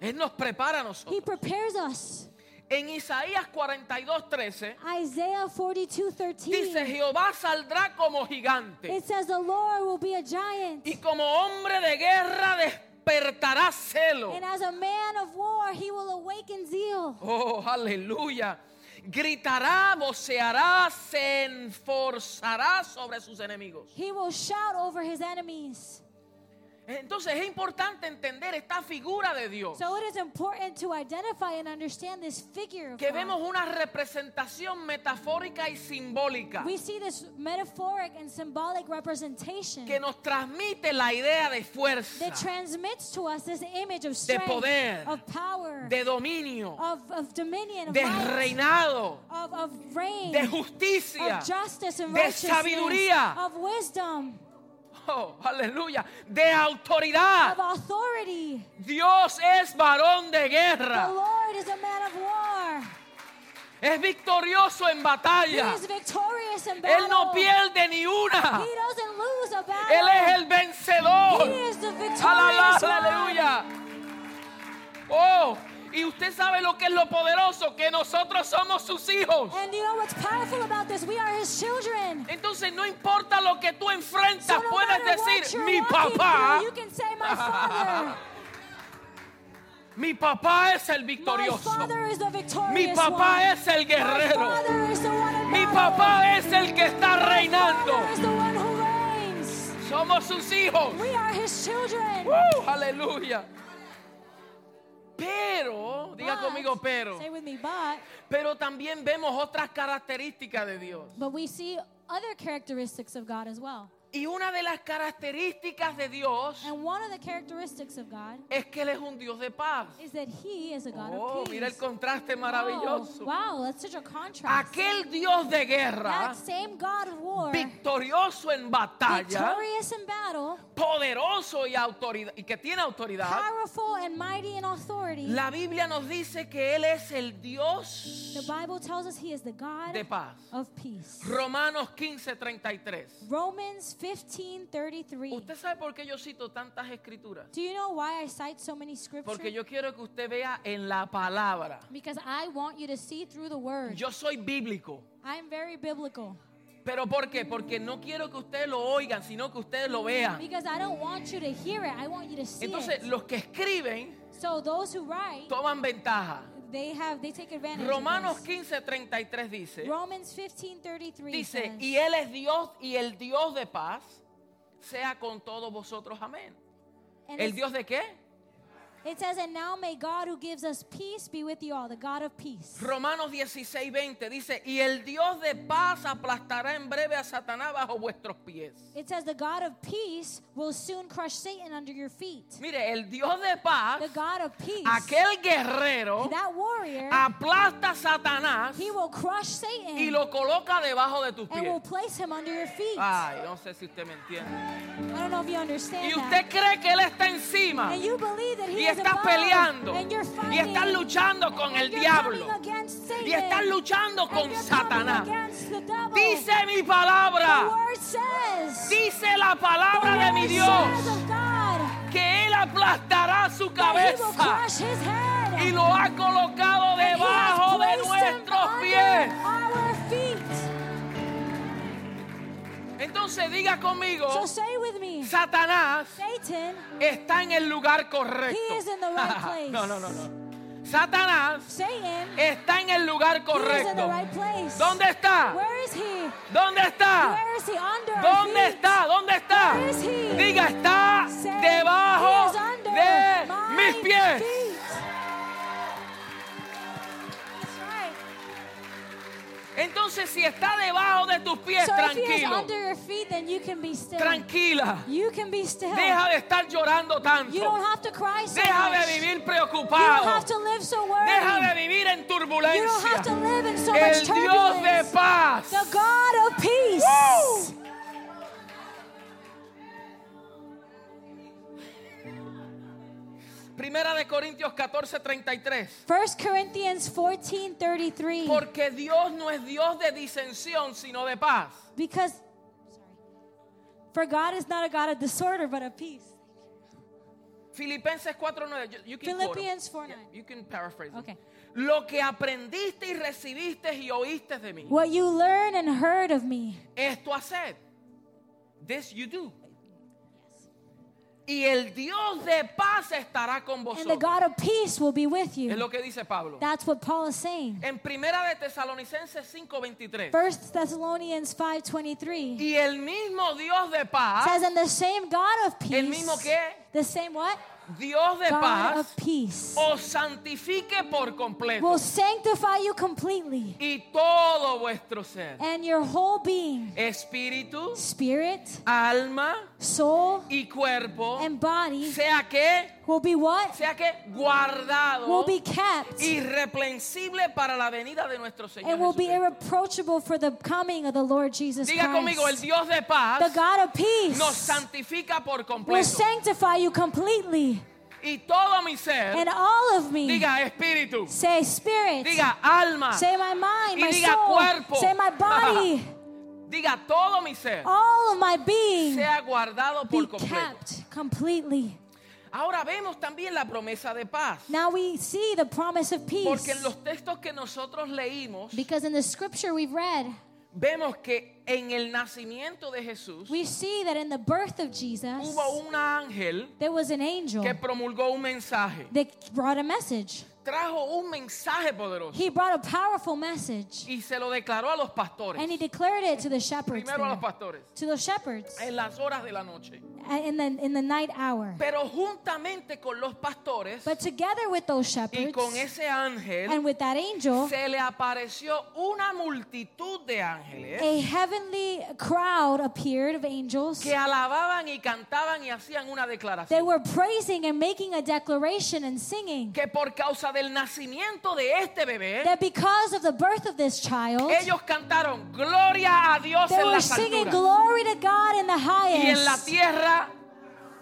Speaker 1: Él nos prepara a nosotros.
Speaker 2: He prepares us.
Speaker 1: En Isaías 42, 13
Speaker 2: Isaiah 42, 13.
Speaker 1: dice, Jehová saldrá como gigante
Speaker 2: It says the Lord will be a giant.
Speaker 1: y como hombre de guerra despertará celo.
Speaker 2: And as a man of war, he will awaken zeal.
Speaker 1: Oh, aleluya. Gritará, voceará, se enforzará sobre sus enemigos.
Speaker 2: He will shout over his enemies.
Speaker 1: Entonces es importante entender esta figura de Dios.
Speaker 2: So it is important to identify and understand this figure. Of
Speaker 1: Que
Speaker 2: God.
Speaker 1: vemos una representación metafórica y simbólica
Speaker 2: We see this metaphoric and symbolic representation
Speaker 1: que nos transmite la idea de
Speaker 2: that
Speaker 1: fuerza,
Speaker 2: transmits to us this image of strength,
Speaker 1: poder,
Speaker 2: of power,
Speaker 1: de dominio,
Speaker 2: of, of dominion, of,
Speaker 1: de
Speaker 2: might,
Speaker 1: reinado,
Speaker 2: of, of reign,
Speaker 1: de justicia,
Speaker 2: of justice and
Speaker 1: de
Speaker 2: righteousness,
Speaker 1: sabiduría.
Speaker 2: of wisdom,
Speaker 1: Oh, aleluya, de
Speaker 2: of
Speaker 1: autoridad.
Speaker 2: authority.
Speaker 1: Dios es varón de
Speaker 2: The
Speaker 1: guerra,
Speaker 2: Lord is a man of war.
Speaker 1: es victorioso en
Speaker 2: He
Speaker 1: batalla.
Speaker 2: is victorious in battle.
Speaker 1: Él no pierde ni una.
Speaker 2: He doesn't lose a battle.
Speaker 1: Él es el vencedor.
Speaker 2: He is the victorious
Speaker 1: Alala-
Speaker 2: one.
Speaker 1: Aleluya. Oh, y usted sabe lo que es lo poderoso, que nosotros somos sus hijos.
Speaker 2: And you know what's powerful about this? We are his children.
Speaker 1: Entonces no importa lo que tú
Speaker 2: So
Speaker 1: enfrentas,
Speaker 2: no
Speaker 1: puedes
Speaker 2: matter what
Speaker 1: decir,
Speaker 2: you're
Speaker 1: mi
Speaker 2: walking
Speaker 1: papá,
Speaker 2: through, you can say, my father.
Speaker 1: mi papá es el
Speaker 2: my
Speaker 1: victorioso.
Speaker 2: father is the victorious
Speaker 1: Mi
Speaker 2: one.
Speaker 1: papá es el
Speaker 2: my
Speaker 1: guerrero.
Speaker 2: father is the one in
Speaker 1: Mi
Speaker 2: battle.
Speaker 1: papá es el que está
Speaker 2: my
Speaker 1: reinando.
Speaker 2: father is the one who reigns.
Speaker 1: Somos sus hijos.
Speaker 2: We are his children.
Speaker 1: ¡Uh! Aleluya. Pero, diga
Speaker 2: But-
Speaker 1: conmigo, pero.
Speaker 2: Say with me, but.
Speaker 1: Pero también vemos otras características de Dios.
Speaker 2: But we see other characteristics of God as well.
Speaker 1: Y una de las características de Dios
Speaker 2: And one of the characteristics of God
Speaker 1: es que Él es un Dios de paz.
Speaker 2: is that he is a God
Speaker 1: Oh,
Speaker 2: of peace.
Speaker 1: mira el contraste
Speaker 2: Oh,
Speaker 1: maravilloso.
Speaker 2: wow, that's such a contrast.
Speaker 1: Aquel Dios de guerra,
Speaker 2: that same God of war,
Speaker 1: victorioso en batalla,
Speaker 2: victorious in battle,
Speaker 1: poderoso y autoridad y que tiene autoridad.
Speaker 2: powerful and mighty in authority.
Speaker 1: La Biblia nos dice que Él es el Dios
Speaker 2: the Bible tells us he is the God
Speaker 1: de paz.
Speaker 2: of peace.
Speaker 1: Romanos 15:33.
Speaker 2: Romans 15:33.
Speaker 1: ¿Usted sabe por qué yo cito tantas escrituras?
Speaker 2: Do you know why I cite so many scriptures?
Speaker 1: Porque yo quiero que usted vea en la palabra.
Speaker 2: because I want you to see through the word.
Speaker 1: Yo soy bíblico.
Speaker 2: I'm very biblical.
Speaker 1: ¿Pero por qué? Porque no quiero que ustedes lo oigan, sino que ustedes lo vean.
Speaker 2: Because I don't want you to hear it, I want you to see
Speaker 1: Entonces,
Speaker 2: it.
Speaker 1: los que escriben
Speaker 2: So those who write
Speaker 1: toman ventaja.
Speaker 2: They have they take advantage
Speaker 1: Romanos
Speaker 2: of this.
Speaker 1: 15, 33 dice,
Speaker 2: Romans 15:33
Speaker 1: dice,
Speaker 2: says,
Speaker 1: y Él es Dios y el Dios de paz sea con todos vosotros, amén.
Speaker 2: and
Speaker 1: ¿El
Speaker 2: it's-
Speaker 1: Dios de qué?
Speaker 2: It says, and now may God who gives us peace be with you all, the God of peace.
Speaker 1: Romanos 16, 20 dice, y el Dios de paz aplastará en breve a Satanás bajo vuestros pies.
Speaker 2: It says, the God of peace will soon crush Satan under your feet.
Speaker 1: Mire, el Dios de paz,
Speaker 2: The God of peace,
Speaker 1: aquel guerrero,
Speaker 2: that warrior,
Speaker 1: aplasta a Satanás
Speaker 2: he will crush
Speaker 1: y
Speaker 2: Satan
Speaker 1: lo coloca debajo de tus
Speaker 2: and will
Speaker 1: pies.
Speaker 2: place him under your feet.
Speaker 1: Ay, no sé si usted me entiende.
Speaker 2: I don't know if you understand
Speaker 1: Y
Speaker 2: that.
Speaker 1: usted cree que Él está encima
Speaker 2: And you believe that he
Speaker 1: y
Speaker 2: is
Speaker 1: estás
Speaker 2: above,
Speaker 1: peleando
Speaker 2: and you're
Speaker 1: y
Speaker 2: fighting,
Speaker 1: estás luchando con
Speaker 2: and
Speaker 1: el
Speaker 2: you're
Speaker 1: diablo
Speaker 2: coming against Satan,
Speaker 1: y estás luchando
Speaker 2: and
Speaker 1: con
Speaker 2: you're coming
Speaker 1: Satanás.
Speaker 2: against the devil.
Speaker 1: Dice mi
Speaker 2: the
Speaker 1: palabra,
Speaker 2: word says,
Speaker 1: dice la
Speaker 2: the
Speaker 1: palabra de mi
Speaker 2: word
Speaker 1: Dios.
Speaker 2: says of God,
Speaker 1: que él aplastará su
Speaker 2: that he will
Speaker 1: cabeza
Speaker 2: crush his head.
Speaker 1: y lo ha colocado
Speaker 2: He has
Speaker 1: debajo de
Speaker 2: placed him
Speaker 1: nuestros
Speaker 2: under
Speaker 1: pies.
Speaker 2: Our feet.
Speaker 1: Entonces diga conmigo,
Speaker 2: So say with me,
Speaker 1: Satanás
Speaker 2: Satan,
Speaker 1: está en el lugar correcto.
Speaker 2: He is in the right place.
Speaker 1: no, no, no, no. Satanás
Speaker 2: Satan,
Speaker 1: está en el lugar
Speaker 2: He is in the
Speaker 1: correcto.
Speaker 2: right place.
Speaker 1: ¿Dónde está?
Speaker 2: Where is he?
Speaker 1: ¿Dónde está?
Speaker 2: Where is he under our
Speaker 1: ¿Dónde
Speaker 2: feet?
Speaker 1: está? ¿Dónde está?
Speaker 2: Where is he?
Speaker 1: Diga, está
Speaker 2: Say, he
Speaker 1: debajo
Speaker 2: is under
Speaker 1: de
Speaker 2: my
Speaker 1: mis pies.
Speaker 2: Feet. That's right.
Speaker 1: Entonces, si está debajo de tus pies,
Speaker 2: so if he is
Speaker 1: tranquilo,
Speaker 2: under your feet, then you can be still.
Speaker 1: tranquila.
Speaker 2: You can be still.
Speaker 1: Deja de estar llorando
Speaker 2: you don't
Speaker 1: tanto.
Speaker 2: have to cry so
Speaker 1: Deja
Speaker 2: much.
Speaker 1: de vivir
Speaker 2: you don't have
Speaker 1: preocupado.
Speaker 2: to live so worried.
Speaker 1: Deja de vivir en
Speaker 2: You don't have to
Speaker 1: turbulencia.
Speaker 2: live in so much
Speaker 1: El Dios de
Speaker 2: turbulence.
Speaker 1: paz.
Speaker 2: The God of peace.
Speaker 1: Primera de Corintios 14, 33.
Speaker 2: 1 Corinthians 14:33
Speaker 1: Porque Dios no es Dios de disensión, sino de paz.
Speaker 2: because sorry. For God is not a God of disorder but of peace.
Speaker 1: Filipenses 4:9. You- you can quote it.
Speaker 2: Philippians 4:9.
Speaker 1: Yeah, you can paraphrase it.
Speaker 2: Okay.
Speaker 1: Lo que aprendiste y recibiste y oíste de mí,
Speaker 2: What you learn and heard of me.
Speaker 1: esto haced. This you do. Y el Dios de paz estará con
Speaker 2: And the
Speaker 1: vosotros.
Speaker 2: God of peace will be with
Speaker 1: Es
Speaker 2: you.
Speaker 1: lo que dice Pablo.
Speaker 2: That's what Paul is saying.
Speaker 1: En primera de Tesalonicenses 5:23.
Speaker 2: 1 Thessalonians 5:23
Speaker 1: Y el mismo Dios de paz,
Speaker 2: says and the same God of peace.
Speaker 1: mismo qué?
Speaker 2: The same what?
Speaker 1: Dios de
Speaker 2: God
Speaker 1: paz,
Speaker 2: of peace
Speaker 1: os santifique por completo.
Speaker 2: will sanctify you completely
Speaker 1: Y todo vuestro ser,
Speaker 2: and your whole being,
Speaker 1: espíritu,
Speaker 2: spirit,
Speaker 1: alma
Speaker 2: soul,
Speaker 1: y cuerpo,
Speaker 2: and body
Speaker 1: sea que,
Speaker 2: will be what?
Speaker 1: sea que
Speaker 2: Will
Speaker 1: guardado,
Speaker 2: be kept
Speaker 1: irreprensible para la venida de nuestro Señor.
Speaker 2: and will be
Speaker 1: Jesucristo.
Speaker 2: irreproachable for the coming of the Lord Jesus
Speaker 1: Diga conmigo, el
Speaker 2: Christ.
Speaker 1: Dios de
Speaker 2: The
Speaker 1: paz
Speaker 2: God of
Speaker 1: nos
Speaker 2: peace
Speaker 1: santifica por
Speaker 2: will
Speaker 1: completo.
Speaker 2: sanctify you completely
Speaker 1: Y todo mi ser,
Speaker 2: and all of me.
Speaker 1: diga espíritu,
Speaker 2: Say spirit,
Speaker 1: diga alma,
Speaker 2: say my mind,
Speaker 1: Y
Speaker 2: my
Speaker 1: diga cuerpo.
Speaker 2: soul, say my body,
Speaker 1: diga todo mi ser,
Speaker 2: all of my being
Speaker 1: sea guardado
Speaker 2: Oh, be
Speaker 1: por completo.
Speaker 2: kept completely.
Speaker 1: Ahora vemos también la promesa de paz,
Speaker 2: Now we see the promise of
Speaker 1: porque
Speaker 2: peace
Speaker 1: en los textos que nosotros leímos,
Speaker 2: because in the scripture we've read,
Speaker 1: vemos que en el nacimiento de Jesús
Speaker 2: we see that in the birth of Jesus,
Speaker 1: hubo un ángel
Speaker 2: there was an angel
Speaker 1: que promulgó un mensaje.
Speaker 2: that brought a message.
Speaker 1: Trajo un mensaje poderoso
Speaker 2: He brought a powerful message
Speaker 1: y se lo declaró a los pastores.
Speaker 2: and he declared it to the shepherds.
Speaker 1: Primero a los
Speaker 2: there.
Speaker 1: pastores,
Speaker 2: to the shepherds
Speaker 1: en las horas de la noche.
Speaker 2: uh, in the, in the night hour.
Speaker 1: Pero juntamente con los pastores
Speaker 2: But together with those
Speaker 1: y
Speaker 2: shepherds
Speaker 1: con ese ángel
Speaker 2: and with that angel,
Speaker 1: se le apareció una multitud de ángeles
Speaker 2: a heavenly crowd appeared of angels.
Speaker 1: que alababan y cantaban y hacían una
Speaker 2: They
Speaker 1: declaración.
Speaker 2: were praising and making a declaration and singing
Speaker 1: Que por causa del nacimiento de este bebé,
Speaker 2: that because of the birth of this child,
Speaker 1: ellos cantaron gloria a Dios
Speaker 2: they
Speaker 1: en
Speaker 2: were
Speaker 1: las
Speaker 2: singing
Speaker 1: alturas
Speaker 2: glory to God in the
Speaker 1: y en la
Speaker 2: highest
Speaker 1: tierra.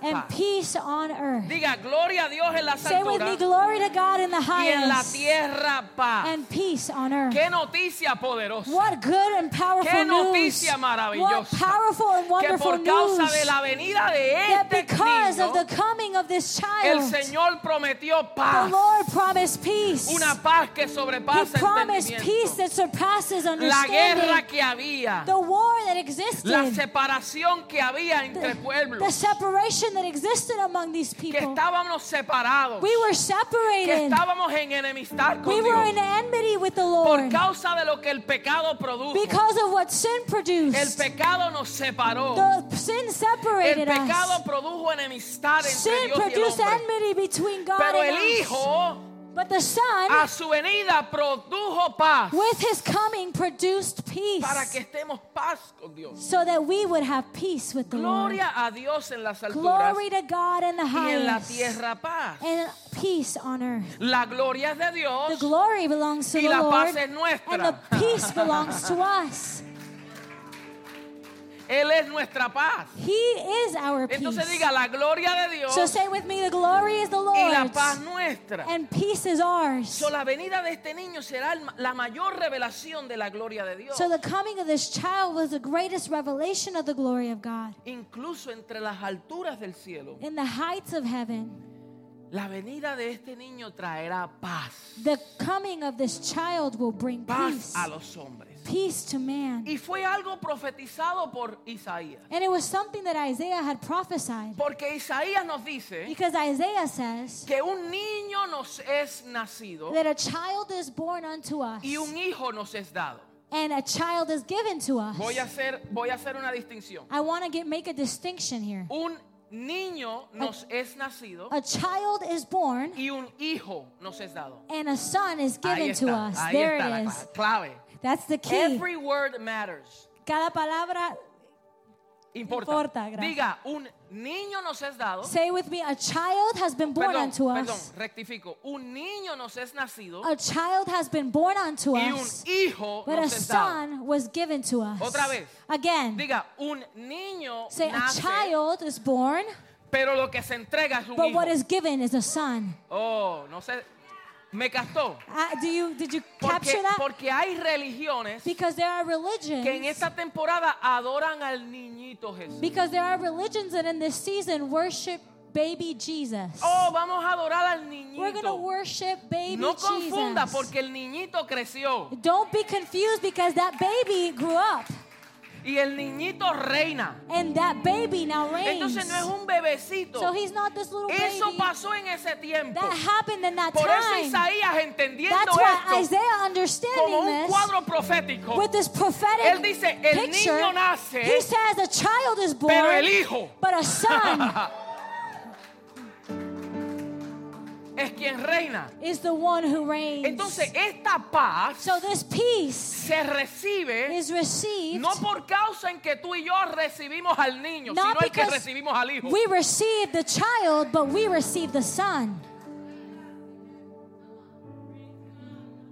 Speaker 2: and
Speaker 1: paz.
Speaker 2: peace on earth.
Speaker 1: Diga gloria a Dios en las
Speaker 2: Say with me,
Speaker 1: alturas
Speaker 2: glory to God in the
Speaker 1: y en la
Speaker 2: highest
Speaker 1: tierra paz.
Speaker 2: and peace on earth.
Speaker 1: Qué noticia poderosa.
Speaker 2: What good and powerful
Speaker 1: Qué
Speaker 2: news.
Speaker 1: noticia
Speaker 2: What
Speaker 1: maravillosa.
Speaker 2: powerful and
Speaker 1: Que
Speaker 2: wonderful
Speaker 1: por causa
Speaker 2: news.
Speaker 1: de la venida de
Speaker 2: that
Speaker 1: este
Speaker 2: because of
Speaker 1: niño,
Speaker 2: the coming of this
Speaker 1: el
Speaker 2: child,
Speaker 1: Señor prometió
Speaker 2: the
Speaker 1: paz.
Speaker 2: Lord promised peace.
Speaker 1: Una paz que
Speaker 2: he
Speaker 1: sobrepasa
Speaker 2: promised peace
Speaker 1: entendimiento.
Speaker 2: that surpasses
Speaker 1: La guerra
Speaker 2: understanding.
Speaker 1: que había,
Speaker 2: The war that existed.
Speaker 1: la separación que había entre
Speaker 2: the
Speaker 1: pueblos,
Speaker 2: separation division that existed among these
Speaker 1: que
Speaker 2: people.
Speaker 1: estábamos separados,
Speaker 2: We were
Speaker 1: que
Speaker 2: separated.
Speaker 1: estábamos en enemistad
Speaker 2: We
Speaker 1: con
Speaker 2: were in
Speaker 1: Dios
Speaker 2: enmity with the
Speaker 1: por
Speaker 2: Lord
Speaker 1: causa de lo que el pecado produjo.
Speaker 2: because of what sin
Speaker 1: El
Speaker 2: produced.
Speaker 1: pecado nos separó.
Speaker 2: The sin
Speaker 1: El
Speaker 2: separated
Speaker 1: pecado
Speaker 2: us.
Speaker 1: produjo enemistad entre
Speaker 2: Sin
Speaker 1: Dios y el
Speaker 2: produced
Speaker 1: hombre.
Speaker 2: enmity between God
Speaker 1: Pero el
Speaker 2: and us.
Speaker 1: Hijo
Speaker 2: But the Son,
Speaker 1: a su venida produjo paz
Speaker 2: with his coming, produced peace
Speaker 1: para que estemos paz con Dios.
Speaker 2: so that we would have peace with the Lord.
Speaker 1: Gloria a Dios en las alturas
Speaker 2: Glory to God in the
Speaker 1: y en la
Speaker 2: highest
Speaker 1: tierra paz.
Speaker 2: and peace on earth.
Speaker 1: La gloria es de
Speaker 2: The
Speaker 1: Dios
Speaker 2: glory belongs to
Speaker 1: y
Speaker 2: the
Speaker 1: la
Speaker 2: Lord
Speaker 1: paz es
Speaker 2: and the
Speaker 1: nuestra.
Speaker 2: peace belongs to us.
Speaker 1: Él es nuestra paz.
Speaker 2: He is our
Speaker 1: Entonces
Speaker 2: peace.
Speaker 1: diga la gloria de Dios
Speaker 2: So say with me, the glory is the
Speaker 1: y la paz
Speaker 2: Lord's
Speaker 1: nuestra.
Speaker 2: and peace is ours.
Speaker 1: So, la venida de este niño será el ma- la mayor revelación de la gloria de Dios.
Speaker 2: So the coming of this child was the greatest revelation of the glory of God.
Speaker 1: Incluso entre las alturas del cielo,
Speaker 2: In the heights of heaven,
Speaker 1: la venida de este niño traerá paz.
Speaker 2: the coming of this child will bring
Speaker 1: Paz
Speaker 2: peace,
Speaker 1: a los hombres.
Speaker 2: peace to man.
Speaker 1: Y fue algo profetizado por Isaías.
Speaker 2: And it was something that Isaiah had prophesied.
Speaker 1: Porque Isaías nos dice
Speaker 2: Because Isaiah says
Speaker 1: que un niño nos es nacido
Speaker 2: that a child is born unto us
Speaker 1: y un hijo nos es dado.
Speaker 2: and a child is given to us.
Speaker 1: Voy a hacer, voy a hacer una distinción.
Speaker 2: I want to get, make a distinction here.
Speaker 1: Un niño nos es nacido
Speaker 2: A child is born
Speaker 1: y un hijo nos es dado.
Speaker 2: and a son is
Speaker 1: Ahí
Speaker 2: given to
Speaker 1: está,
Speaker 2: us.
Speaker 1: ahí
Speaker 2: There
Speaker 1: está
Speaker 2: it
Speaker 1: la
Speaker 2: is.
Speaker 1: cla- clave.
Speaker 2: That's the key.
Speaker 1: Every word matters.
Speaker 2: Cada palabra,
Speaker 1: Importa.
Speaker 2: Importa, gracias.
Speaker 1: Diga, un niño nos es dado.
Speaker 2: say with me, a child has been born
Speaker 1: Perdón,
Speaker 2: unto
Speaker 1: perdón,
Speaker 2: us.
Speaker 1: rectifico. Un niño nos es nacido
Speaker 2: A child has been born unto
Speaker 1: y un
Speaker 2: us,
Speaker 1: hijo
Speaker 2: but a
Speaker 1: nos es dado.
Speaker 2: son was given to us.
Speaker 1: Otra vez.
Speaker 2: Again,
Speaker 1: Diga, un niño
Speaker 2: say a
Speaker 1: nace,
Speaker 2: child is born,
Speaker 1: pero lo que se entrega es un
Speaker 2: but
Speaker 1: hijo.
Speaker 2: what is given is a son.
Speaker 1: Oh, no sé. Me castó.
Speaker 2: Uh, do you did you
Speaker 1: Porque,
Speaker 2: capture that?
Speaker 1: porque hay religiones
Speaker 2: Because there are
Speaker 1: que en
Speaker 2: religions.
Speaker 1: esta temporada adoran al niñito Jesús.
Speaker 2: Because there are religions that in this season worship baby Jesus.
Speaker 1: Oh, vamos a adorar al
Speaker 2: We're gonna
Speaker 1: niñito.
Speaker 2: worship baby
Speaker 1: No confunda
Speaker 2: Jesus.
Speaker 1: porque el niñito creció
Speaker 2: Don't be confused because that baby grew up
Speaker 1: y el niñito reina.
Speaker 2: and that baby now reigns.
Speaker 1: Entonces no es un bebecito.
Speaker 2: So he's not this little
Speaker 1: Eso
Speaker 2: baby.
Speaker 1: pasó en ese tiempo.
Speaker 2: That happened in that
Speaker 1: Por eso
Speaker 2: time.
Speaker 1: Isaías entendiendo
Speaker 2: That's why
Speaker 1: esto
Speaker 2: Isaiah
Speaker 1: como
Speaker 2: understanding
Speaker 1: un
Speaker 2: this
Speaker 1: cuadro profético.
Speaker 2: with this
Speaker 1: Él
Speaker 2: prophetic
Speaker 1: dice, el
Speaker 2: picture.
Speaker 1: niño nace,
Speaker 2: He says a child is
Speaker 1: pero el
Speaker 2: born,
Speaker 1: hijo
Speaker 2: but a son
Speaker 1: es quien reina.
Speaker 2: is the one who reigns.
Speaker 1: Entonces esta paz
Speaker 2: So this peace
Speaker 1: se recibe
Speaker 2: is received
Speaker 1: no por causa en que tú y yo recibimos al niño,
Speaker 2: Not
Speaker 1: sino en que
Speaker 2: because
Speaker 1: recibimos al hijo.
Speaker 2: we receive the child, but we receive the son.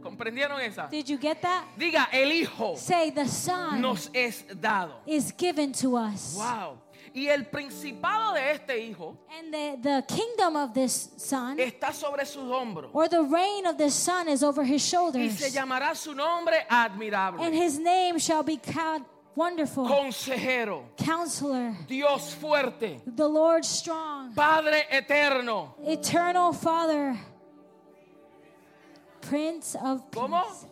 Speaker 1: ¿Comprendieron esa?
Speaker 2: Did you get that?
Speaker 1: Diga, el hijo
Speaker 2: Say the son
Speaker 1: nos es dado.
Speaker 2: is given to us.
Speaker 1: Wow. Y el principado de este hijo
Speaker 2: And the, the kingdom of this son
Speaker 1: está sobre sus hombros
Speaker 2: or the reign of this son is over his
Speaker 1: y se
Speaker 2: shoulders.
Speaker 1: llamará su nombre
Speaker 2: And
Speaker 1: admirable,
Speaker 2: his name shall be called Wonderful,
Speaker 1: consejero,
Speaker 2: Counselor,
Speaker 1: Dios fuerte,
Speaker 2: the Lord Strong,
Speaker 1: Padre eterno.
Speaker 2: Eternal Father, Prince of
Speaker 1: ¿Cómo?
Speaker 2: Peace.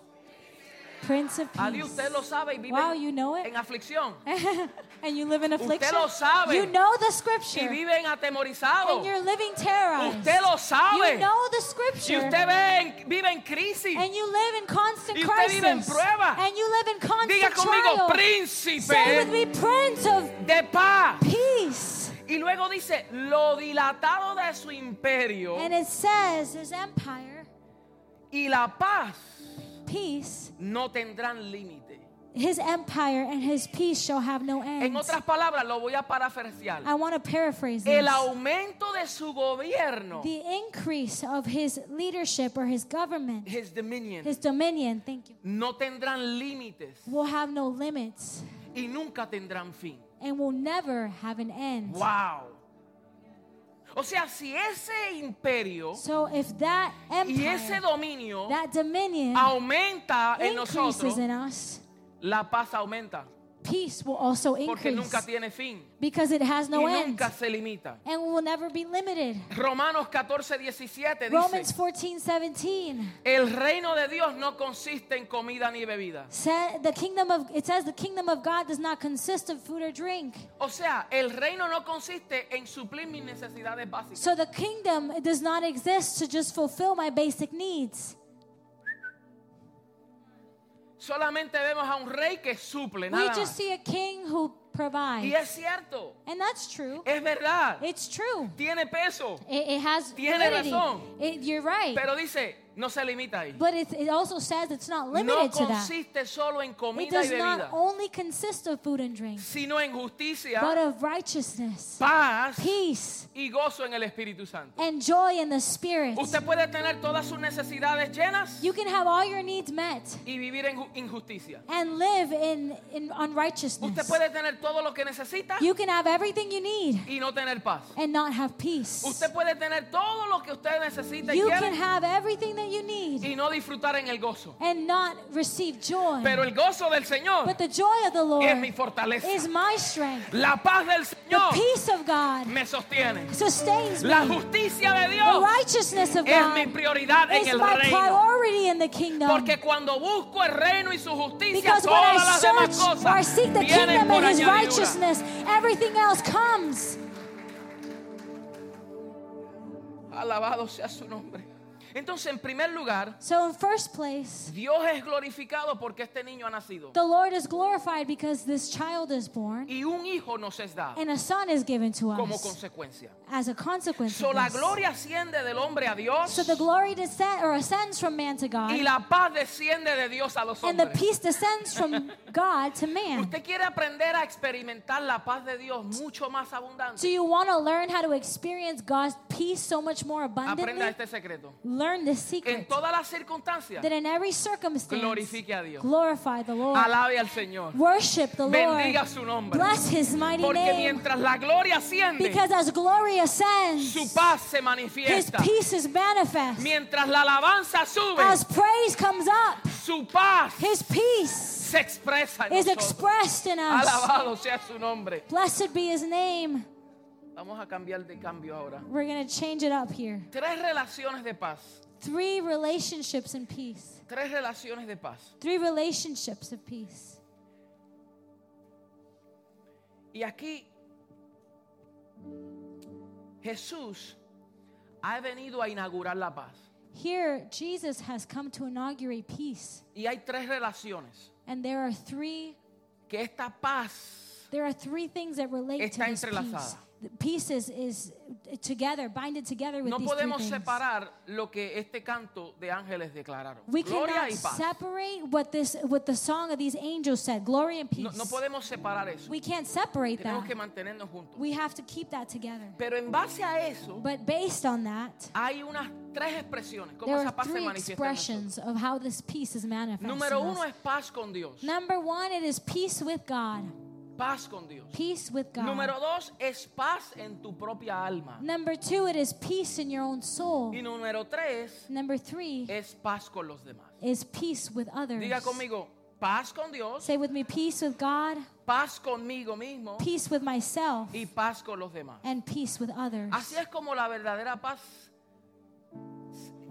Speaker 2: Prince of
Speaker 1: Adi,
Speaker 2: Peace.
Speaker 1: usted lo sabe y vive
Speaker 2: Wow, you know it.
Speaker 1: en aflicción
Speaker 2: and you live in affliction.
Speaker 1: lo sabe.
Speaker 2: You know the
Speaker 1: y
Speaker 2: scripture.
Speaker 1: viven atemorizado.
Speaker 2: And you're living terrorized.
Speaker 1: Usted lo sabe.
Speaker 2: You know the
Speaker 1: Si
Speaker 2: scripture.
Speaker 1: usted ve en- vive en crisis,
Speaker 2: And you live in constant
Speaker 1: Y usted
Speaker 2: crisis.
Speaker 1: vive en prueba.
Speaker 2: And you live in constant
Speaker 1: diga conmigo,
Speaker 2: trial. Say with
Speaker 1: príncipe
Speaker 2: me, Prince of
Speaker 1: de paz.
Speaker 2: Peace.
Speaker 1: Y luego dice, lo dilatado de su imperio
Speaker 2: And it says, His empire,
Speaker 1: y la paz
Speaker 2: peace,
Speaker 1: no tendrán límite.
Speaker 2: His empire and His peace shall have no end.
Speaker 1: En otras palabras, lo voy a parafrasear.
Speaker 2: I want to paraphrase this.
Speaker 1: El aumento de su gobierno,
Speaker 2: The increase of His leadership or His government,
Speaker 1: his dominion,
Speaker 2: His dominion, thank you,
Speaker 1: no tendrán límites
Speaker 2: will have no limits
Speaker 1: y nunca tendrán fin.
Speaker 2: and will never have an end.
Speaker 1: Wow. O sea, si ese imperio
Speaker 2: So if that
Speaker 1: y
Speaker 2: empire,
Speaker 1: ese dominio
Speaker 2: that dominion
Speaker 1: aumenta en
Speaker 2: increases
Speaker 1: nosotros,
Speaker 2: in us,
Speaker 1: la paz aumenta.
Speaker 2: peace will also
Speaker 1: porque
Speaker 2: increase
Speaker 1: nunca tiene fin
Speaker 2: because it has no
Speaker 1: y
Speaker 2: end
Speaker 1: nunca se limita.
Speaker 2: and will never be limited.
Speaker 1: Romanos 14, 17
Speaker 2: Romans
Speaker 1: dice,
Speaker 2: 14 17
Speaker 1: el reino de Dios no consiste en comida ni bebida.
Speaker 2: said the kingdom of it says the kingdom of God does not consist of food or drink.
Speaker 1: O sea, el reino no consiste en suplir mis necesidades básicas.
Speaker 2: So the kingdom does not exist to just fulfill my basic needs.
Speaker 1: Solamente vemos a un rey que suple,
Speaker 2: We
Speaker 1: nada
Speaker 2: just
Speaker 1: más.
Speaker 2: see a king who
Speaker 1: Y
Speaker 2: provides.
Speaker 1: es cierto,
Speaker 2: And that's true.
Speaker 1: es verdad,
Speaker 2: It's true.
Speaker 1: tiene peso,
Speaker 2: It, it has
Speaker 1: Tiene
Speaker 2: validity.
Speaker 1: razón.
Speaker 2: It- you're right.
Speaker 1: pero dice, no se limita ahí.
Speaker 2: but it, it also says it's not
Speaker 1: No
Speaker 2: limited to that.
Speaker 1: consiste solo en
Speaker 2: It
Speaker 1: comida y
Speaker 2: does not
Speaker 1: bebida,
Speaker 2: only consist of food and drink,
Speaker 1: sino en
Speaker 2: but
Speaker 1: justicia,
Speaker 2: of righteousness,
Speaker 1: paz
Speaker 2: peace,
Speaker 1: y gozo en el Espíritu Santo.
Speaker 2: and joy in the Spirit.
Speaker 1: Usted puede tener todas sus necesidades llenas
Speaker 2: You can have all your needs met
Speaker 1: y vivir en ju- injusticia.
Speaker 2: and live in, in
Speaker 1: Usted
Speaker 2: unrighteousness.
Speaker 1: puede tener todo lo que necesita
Speaker 2: You can have everything you need
Speaker 1: y no tener paz.
Speaker 2: and not have peace.
Speaker 1: Usted puede tener todo lo que usted necesita y
Speaker 2: You
Speaker 1: quiere
Speaker 2: can have everything that you need
Speaker 1: y no disfrutar en el gozo.
Speaker 2: and not receive joy.
Speaker 1: Pero el gozo del Señor
Speaker 2: But the joy of the
Speaker 1: es mi
Speaker 2: Lord
Speaker 1: fortaleza.
Speaker 2: is my strength.
Speaker 1: La paz del
Speaker 2: The
Speaker 1: Señor
Speaker 2: peace of God
Speaker 1: me sostiene.
Speaker 2: sustains me.
Speaker 1: La justicia de
Speaker 2: The
Speaker 1: Dios
Speaker 2: righteousness of
Speaker 1: es mi
Speaker 2: God
Speaker 1: prioridad en
Speaker 2: is
Speaker 1: el
Speaker 2: my
Speaker 1: reino.
Speaker 2: priority in the kingdom.
Speaker 1: Porque cuando busco el reino y su justicia,
Speaker 2: Because when I
Speaker 1: todas las demás
Speaker 2: search or I
Speaker 1: cosas
Speaker 2: seek the
Speaker 1: vienen
Speaker 2: kingdom
Speaker 1: por
Speaker 2: and his
Speaker 1: añadidura.
Speaker 2: righteousness, everything else comes.
Speaker 1: Alabado sea su nombre. Entonces, en primer lugar,
Speaker 2: So, in first place,
Speaker 1: Dios es glorificado porque este niño ha nacido.
Speaker 2: the Lord is glorified because this child is born
Speaker 1: Y un hijo nos es dado
Speaker 2: and a son is given to
Speaker 1: como
Speaker 2: us
Speaker 1: consecuencia.
Speaker 2: as a consequence.
Speaker 1: So
Speaker 2: Of
Speaker 1: la
Speaker 2: this.
Speaker 1: gloria asciende del hombre a Dios
Speaker 2: So the glory descend, or ascends from man to God,
Speaker 1: y la paz desciende de Dios a los
Speaker 2: and the
Speaker 1: hombres.
Speaker 2: peace descends from God to man.
Speaker 1: Usted quiere aprender a experimentar la paz de Dios mucho más
Speaker 2: Do
Speaker 1: abundante.
Speaker 2: you want to learn how to experience God's peace so much more
Speaker 1: Aprenda
Speaker 2: abundantly?
Speaker 1: este secreto.
Speaker 2: Learn this
Speaker 1: En
Speaker 2: secret
Speaker 1: todas las circunstancias,
Speaker 2: that in every circumstance,
Speaker 1: Glorifique a Dios.
Speaker 2: glorify the Lord,
Speaker 1: alabe al Señor.
Speaker 2: worship the
Speaker 1: Bendiga
Speaker 2: Lord,
Speaker 1: su nombre.
Speaker 2: bless His mighty
Speaker 1: Porque
Speaker 2: name,
Speaker 1: mientras la gloria asciende,
Speaker 2: because as glory
Speaker 1: su
Speaker 2: ascends,
Speaker 1: paz se
Speaker 2: His
Speaker 1: manifiesta.
Speaker 2: peace is manifest.
Speaker 1: Mientras la alabanza sube,
Speaker 2: As praise comes up,
Speaker 1: su paz
Speaker 2: His peace
Speaker 1: se expresa en
Speaker 2: is
Speaker 1: nosotros.
Speaker 2: expressed in us.
Speaker 1: Alabado sea su nombre.
Speaker 2: Blessed be His name.
Speaker 1: Vamos a cambiar de cambio ahora.
Speaker 2: We're going to change it up here.
Speaker 1: Tres relaciones de paz.
Speaker 2: Three relationships in peace.
Speaker 1: Tres relaciones de paz.
Speaker 2: Three relationships of peace.
Speaker 1: Y aquí Jesús ha venido a inaugurar la paz.
Speaker 2: Here, Jesus has come to inaugurate peace,
Speaker 1: Y hay tres relaciones.
Speaker 2: and there are three
Speaker 1: Que esta paz
Speaker 2: there are three things that relate
Speaker 1: Está
Speaker 2: to this peace.
Speaker 1: entrelazada.
Speaker 2: The Peace is, is together, binded together with
Speaker 1: no
Speaker 2: these three
Speaker 1: podemos
Speaker 2: things.
Speaker 1: separar lo que este canto de ángeles declararon.
Speaker 2: We
Speaker 1: Gloria
Speaker 2: cannot
Speaker 1: y paz.
Speaker 2: separate what this what the song of these angels said, glory and
Speaker 1: No,
Speaker 2: peace.
Speaker 1: no podemos separar eso.
Speaker 2: we can't separate
Speaker 1: Tenemos
Speaker 2: that.
Speaker 1: que mantenernos juntos.
Speaker 2: We have to keep that together.
Speaker 1: Pero en base a eso
Speaker 2: But based on that,
Speaker 1: hay unas tres expresiones. ¿Cómo
Speaker 2: there
Speaker 1: esa
Speaker 2: are
Speaker 1: paz se
Speaker 2: three
Speaker 1: manifiesta? en nosotros.
Speaker 2: expressions of how this peace is manifest.
Speaker 1: Número
Speaker 2: in
Speaker 1: uno
Speaker 2: us.
Speaker 1: es paz con Dios.
Speaker 2: Number one, it is peace with God.
Speaker 1: Paz con Dios.
Speaker 2: Peace with God.
Speaker 1: Número dos es paz en tu propia alma.
Speaker 2: Number two, it is peace in your own soul.
Speaker 1: Y número tres
Speaker 2: Number three
Speaker 1: es paz con los demás.
Speaker 2: is peace with others.
Speaker 1: Diga conmigo, paz con Dios,
Speaker 2: Say with me, peace with God,
Speaker 1: paz conmigo mismo
Speaker 2: peace with myself,
Speaker 1: y Ah. paz con los demás.
Speaker 2: and peace with others.
Speaker 1: Así es como la verdadera paz,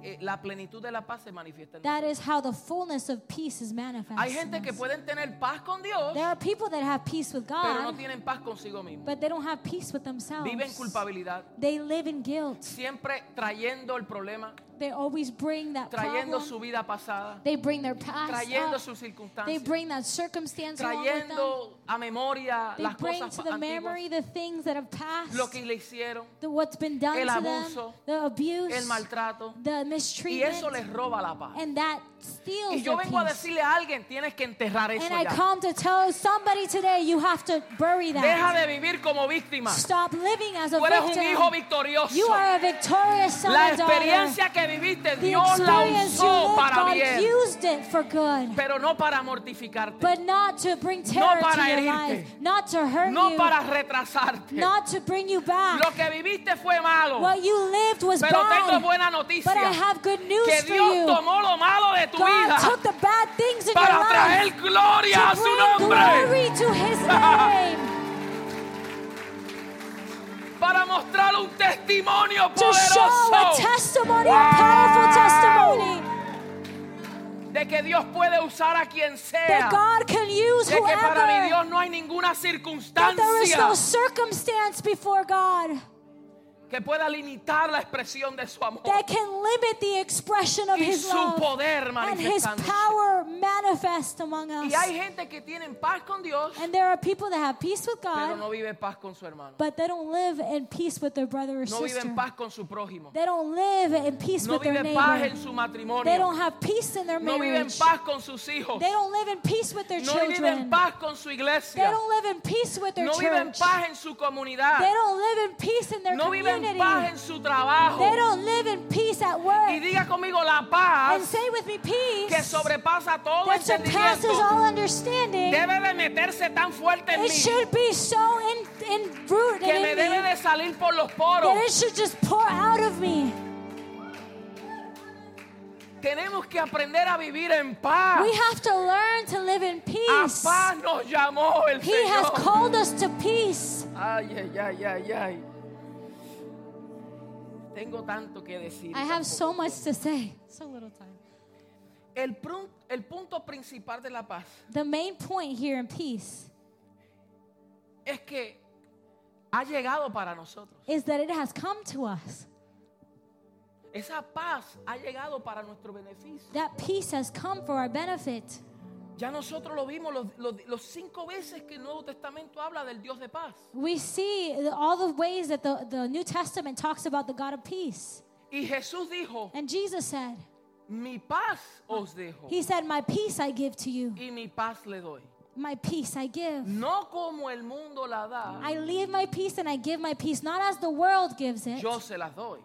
Speaker 1: eh, la plenitud de la paz se manifiesta en
Speaker 2: That
Speaker 1: nosotros.
Speaker 2: is how the fullness of peace is manifest.
Speaker 1: Hay
Speaker 2: in
Speaker 1: gente que
Speaker 2: us.
Speaker 1: pueden tener paz con Dios,
Speaker 2: There are people that have peace with
Speaker 1: pero no
Speaker 2: God,
Speaker 1: tienen paz consigo mismo.
Speaker 2: but they don't have peace with themselves.
Speaker 1: Viven culpabilidad,
Speaker 2: They live in guilt.
Speaker 1: siempre trayendo el problema,
Speaker 2: They always bring that
Speaker 1: trayendo
Speaker 2: problem.
Speaker 1: su vida pasada,
Speaker 2: They bring their past
Speaker 1: trayendo
Speaker 2: up.
Speaker 1: sus
Speaker 2: They
Speaker 1: circunstancias.
Speaker 2: bring that circumstance along with them.
Speaker 1: trayendo a memoria
Speaker 2: They
Speaker 1: las
Speaker 2: bring
Speaker 1: cosas
Speaker 2: to the memory
Speaker 1: antiguas,
Speaker 2: the things that have passed,
Speaker 1: lo que le hicieron,
Speaker 2: the, what's been done
Speaker 1: el
Speaker 2: to
Speaker 1: abuso,
Speaker 2: them, the abuse,
Speaker 1: el maltrato,
Speaker 2: the
Speaker 1: y eso
Speaker 2: mistreatment,
Speaker 1: les roba la paz.
Speaker 2: and that steals
Speaker 1: Y yo
Speaker 2: their
Speaker 1: vengo a
Speaker 2: peace.
Speaker 1: decirle a alguien, tienes que enterrar eso
Speaker 2: And I
Speaker 1: ya.
Speaker 2: come to tell somebody today, you have to bury that.
Speaker 1: Deja de vivir como víctima.
Speaker 2: Stop living as a
Speaker 1: Tú eres un hijo
Speaker 2: victim. You
Speaker 1: victorioso.
Speaker 2: are a victorious son
Speaker 1: La
Speaker 2: and daughter.
Speaker 1: experiencia que viviste,
Speaker 2: The
Speaker 1: Dios la
Speaker 2: experience you
Speaker 1: usó usó para
Speaker 2: God
Speaker 1: bien,
Speaker 2: used it for good,
Speaker 1: pero no para mortificarte,
Speaker 2: but not to bring terror
Speaker 1: para
Speaker 2: to your
Speaker 1: herirte.
Speaker 2: life, not to hurt
Speaker 1: no
Speaker 2: you,
Speaker 1: para retrasarte.
Speaker 2: not to bring you back.
Speaker 1: Lo que viviste fue malo,
Speaker 2: what you lived was
Speaker 1: pero
Speaker 2: bad,
Speaker 1: tengo buena
Speaker 2: but I
Speaker 1: noticia,
Speaker 2: have good news
Speaker 1: que
Speaker 2: for you.
Speaker 1: Dios tomó lo malo de tu
Speaker 2: God
Speaker 1: vida
Speaker 2: took the bad things in your
Speaker 1: para
Speaker 2: life
Speaker 1: traer gloria a
Speaker 2: to
Speaker 1: su
Speaker 2: bring
Speaker 1: nombre,
Speaker 2: glory to His name,
Speaker 1: para mostrar un testimonio
Speaker 2: to show a
Speaker 1: poderoso
Speaker 2: testimony, a powerful testimony
Speaker 1: de que Dios puede usar a quien sea.
Speaker 2: that God can use
Speaker 1: de que para mi
Speaker 2: whoever.
Speaker 1: Dios no hay ninguna
Speaker 2: That there is
Speaker 1: circunstancia
Speaker 2: no circumstance before God
Speaker 1: que pueda limitar la expresión de su amor
Speaker 2: that can limit the expression of
Speaker 1: y
Speaker 2: His
Speaker 1: su
Speaker 2: love
Speaker 1: poder
Speaker 2: and His
Speaker 1: manifestándose.
Speaker 2: power manifest among
Speaker 1: Y
Speaker 2: us.
Speaker 1: hay gente que tienen paz con Dios,
Speaker 2: And there are people that have peace with
Speaker 1: pero
Speaker 2: God,
Speaker 1: no vive paz con su hermano.
Speaker 2: but they don't live in peace with their brother or
Speaker 1: No vive en
Speaker 2: sister.
Speaker 1: paz con su prójimo.
Speaker 2: They don't live in peace
Speaker 1: No
Speaker 2: with their
Speaker 1: vive paz
Speaker 2: neighbor.
Speaker 1: en su
Speaker 2: They don't
Speaker 1: matrimonio.
Speaker 2: have peace in their
Speaker 1: No vive en
Speaker 2: marriage.
Speaker 1: paz con sus hijos.
Speaker 2: They don't live in peace with their
Speaker 1: No vive en
Speaker 2: children.
Speaker 1: paz con su
Speaker 2: They
Speaker 1: iglesia.
Speaker 2: don't live in peace with their
Speaker 1: No vive en
Speaker 2: church.
Speaker 1: paz en su
Speaker 2: They
Speaker 1: comunidad.
Speaker 2: don't live in peace in their
Speaker 1: No vive en
Speaker 2: community.
Speaker 1: paz en su
Speaker 2: They
Speaker 1: trabajo.
Speaker 2: don't live in peace at
Speaker 1: Y
Speaker 2: work.
Speaker 1: diga conmigo la
Speaker 2: And
Speaker 1: paz
Speaker 2: say with me,
Speaker 1: que
Speaker 2: peace
Speaker 1: sobrepasa todo
Speaker 2: that surpasses
Speaker 1: entendimiento.
Speaker 2: all understanding.
Speaker 1: debe de meterse tan fuerte en
Speaker 2: It
Speaker 1: mí
Speaker 2: should be so in, in rooted
Speaker 1: que
Speaker 2: in
Speaker 1: me
Speaker 2: me
Speaker 1: debe de
Speaker 2: that
Speaker 1: salir por los poros.
Speaker 2: it should just pour out of me.
Speaker 1: Tenemos que aprender a vivir en paz.
Speaker 2: We have to learn to live in
Speaker 1: A
Speaker 2: peace.
Speaker 1: paz nos llamó el
Speaker 2: He has
Speaker 1: Señor.
Speaker 2: called us to peace.
Speaker 1: Ay, ay, ay, ay, ay. Tengo tanto que decir.
Speaker 2: I have so much to say. So little time.
Speaker 1: El, prun- el punto principal de la paz
Speaker 2: The main point here in peace
Speaker 1: es que ha llegado para nosotros.
Speaker 2: is that it has come to us.
Speaker 1: Esa paz ha llegado para nuestro beneficio.
Speaker 2: That peace has come for our benefit.
Speaker 1: Ya nosotros lo vimos los, los- los cinco veces que el Nuevo Testamento habla del Dios de paz.
Speaker 2: We see the- all the ways that the, the New Testament talks about the God of peace.
Speaker 1: Y Jesús dijo,
Speaker 2: And Jesus said,
Speaker 1: Mi paz os dejo
Speaker 2: He said, My peace I give to you.
Speaker 1: y mi paz le doy.
Speaker 2: My peace I give.
Speaker 1: No como el mundo la da,
Speaker 2: I leave my peace and I give my peace, not as the world gives it.
Speaker 1: yo se las doy.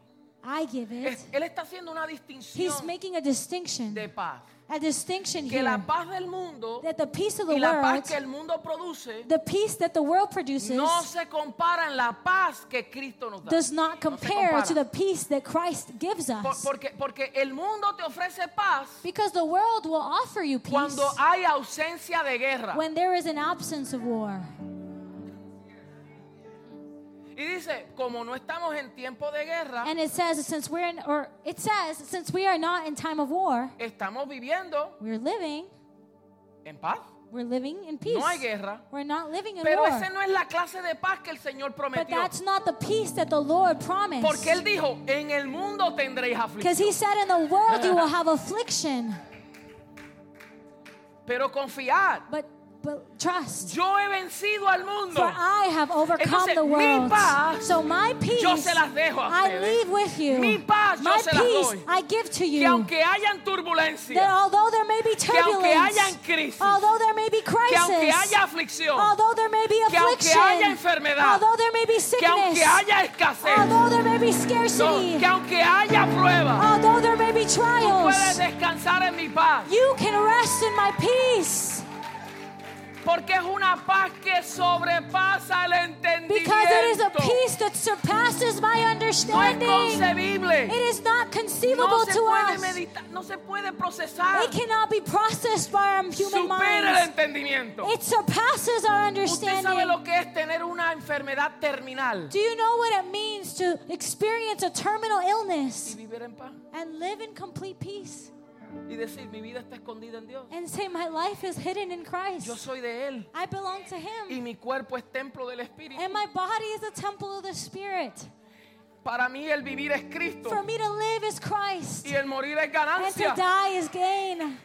Speaker 2: I give it.
Speaker 1: Es- él está haciendo una
Speaker 2: He's
Speaker 1: distinción
Speaker 2: making a distinction,
Speaker 1: de paz.
Speaker 2: a distinction
Speaker 1: Que
Speaker 2: here
Speaker 1: la paz del mundo
Speaker 2: that the peace of the
Speaker 1: y la
Speaker 2: world,
Speaker 1: paz que el mundo produce
Speaker 2: the peace that the world produces,
Speaker 1: no se comparan la paz que Cristo nos da.
Speaker 2: does
Speaker 1: No
Speaker 2: not
Speaker 1: se
Speaker 2: compare
Speaker 1: compara.
Speaker 2: to the peace that Christ gives
Speaker 1: Por-
Speaker 2: us.
Speaker 1: porque, porque el mundo te ofrece paz
Speaker 2: Because the world will offer you peace
Speaker 1: cuando hay ausencia de guerra.
Speaker 2: when there is an absence of war.
Speaker 1: Y dice, como no estamos en tiempo de guerra,
Speaker 2: And it says since we're in or it says since we are not in time of war,
Speaker 1: estamos viviendo
Speaker 2: we're living,
Speaker 1: en paz.
Speaker 2: we're living in peace.
Speaker 1: No hay guerra.
Speaker 2: We're not living in
Speaker 1: Pero
Speaker 2: war.
Speaker 1: esa no es la clase de paz que el Señor
Speaker 2: But
Speaker 1: prometió.
Speaker 2: that's not the peace that the Lord promised.
Speaker 1: Porque Él dijo, en el mundo tendréis
Speaker 2: Because
Speaker 1: aflicción.
Speaker 2: he said in the world you will have affliction,
Speaker 1: Pero confiad,
Speaker 2: but but trust.
Speaker 1: yo he vencido al mundo.
Speaker 2: For I have overcome
Speaker 1: Entonces,
Speaker 2: the
Speaker 1: mi
Speaker 2: world.
Speaker 1: paz,
Speaker 2: so my peace
Speaker 1: yo se las dejo a
Speaker 2: I
Speaker 1: ustedes.
Speaker 2: leave with you.
Speaker 1: Mi paz, yo
Speaker 2: my
Speaker 1: se las
Speaker 2: peace
Speaker 1: doy.
Speaker 2: I give to you.
Speaker 1: Que aunque hayan
Speaker 2: that
Speaker 1: turbulencia,
Speaker 2: although there may be
Speaker 1: que
Speaker 2: turbulence,
Speaker 1: aunque hayan crisis,
Speaker 2: although there may be
Speaker 1: que
Speaker 2: crisis,
Speaker 1: aunque haya aflicción,
Speaker 2: although there may be
Speaker 1: que aunque
Speaker 2: affliction,
Speaker 1: haya enfermedad,
Speaker 2: although there may be
Speaker 1: que
Speaker 2: sickness,
Speaker 1: aunque haya escasez,
Speaker 2: although there may be
Speaker 1: no,
Speaker 2: scarcity,
Speaker 1: que aunque haya prueba,
Speaker 2: although there may be
Speaker 1: puedes
Speaker 2: trials,
Speaker 1: descansar en mi paz.
Speaker 2: you can rest in my peace
Speaker 1: Porque es una paz que sobrepasa el entendimiento.
Speaker 2: because it is a peace that surpasses my
Speaker 1: no es
Speaker 2: understanding.
Speaker 1: concebible.
Speaker 2: It is not
Speaker 1: No
Speaker 2: conceivable
Speaker 1: se
Speaker 2: to
Speaker 1: puede
Speaker 2: us.
Speaker 1: meditar, no se puede procesar.
Speaker 2: It cannot be processed by our human
Speaker 1: Supera el
Speaker 2: minds.
Speaker 1: entendimiento.
Speaker 2: It surpasses
Speaker 1: Usted sabe
Speaker 2: our understanding.
Speaker 1: lo que es tener una enfermedad terminal
Speaker 2: Do you know what it means to experience a terminal
Speaker 1: y
Speaker 2: illness
Speaker 1: vivir en paz
Speaker 2: and live in complete peace
Speaker 1: y decir mi vida está escondida en Dios.
Speaker 2: and say, My life is hidden in
Speaker 1: Yo
Speaker 2: Christ?
Speaker 1: soy de él
Speaker 2: I belong to
Speaker 1: y
Speaker 2: Him,
Speaker 1: mi cuerpo es templo del Espíritu.
Speaker 2: and my body is a temple of the Spirit.
Speaker 1: Para mí el vivir es Cristo
Speaker 2: For me to live is Christ,
Speaker 1: y el morir es
Speaker 2: and to
Speaker 1: ganancia.
Speaker 2: die is gain.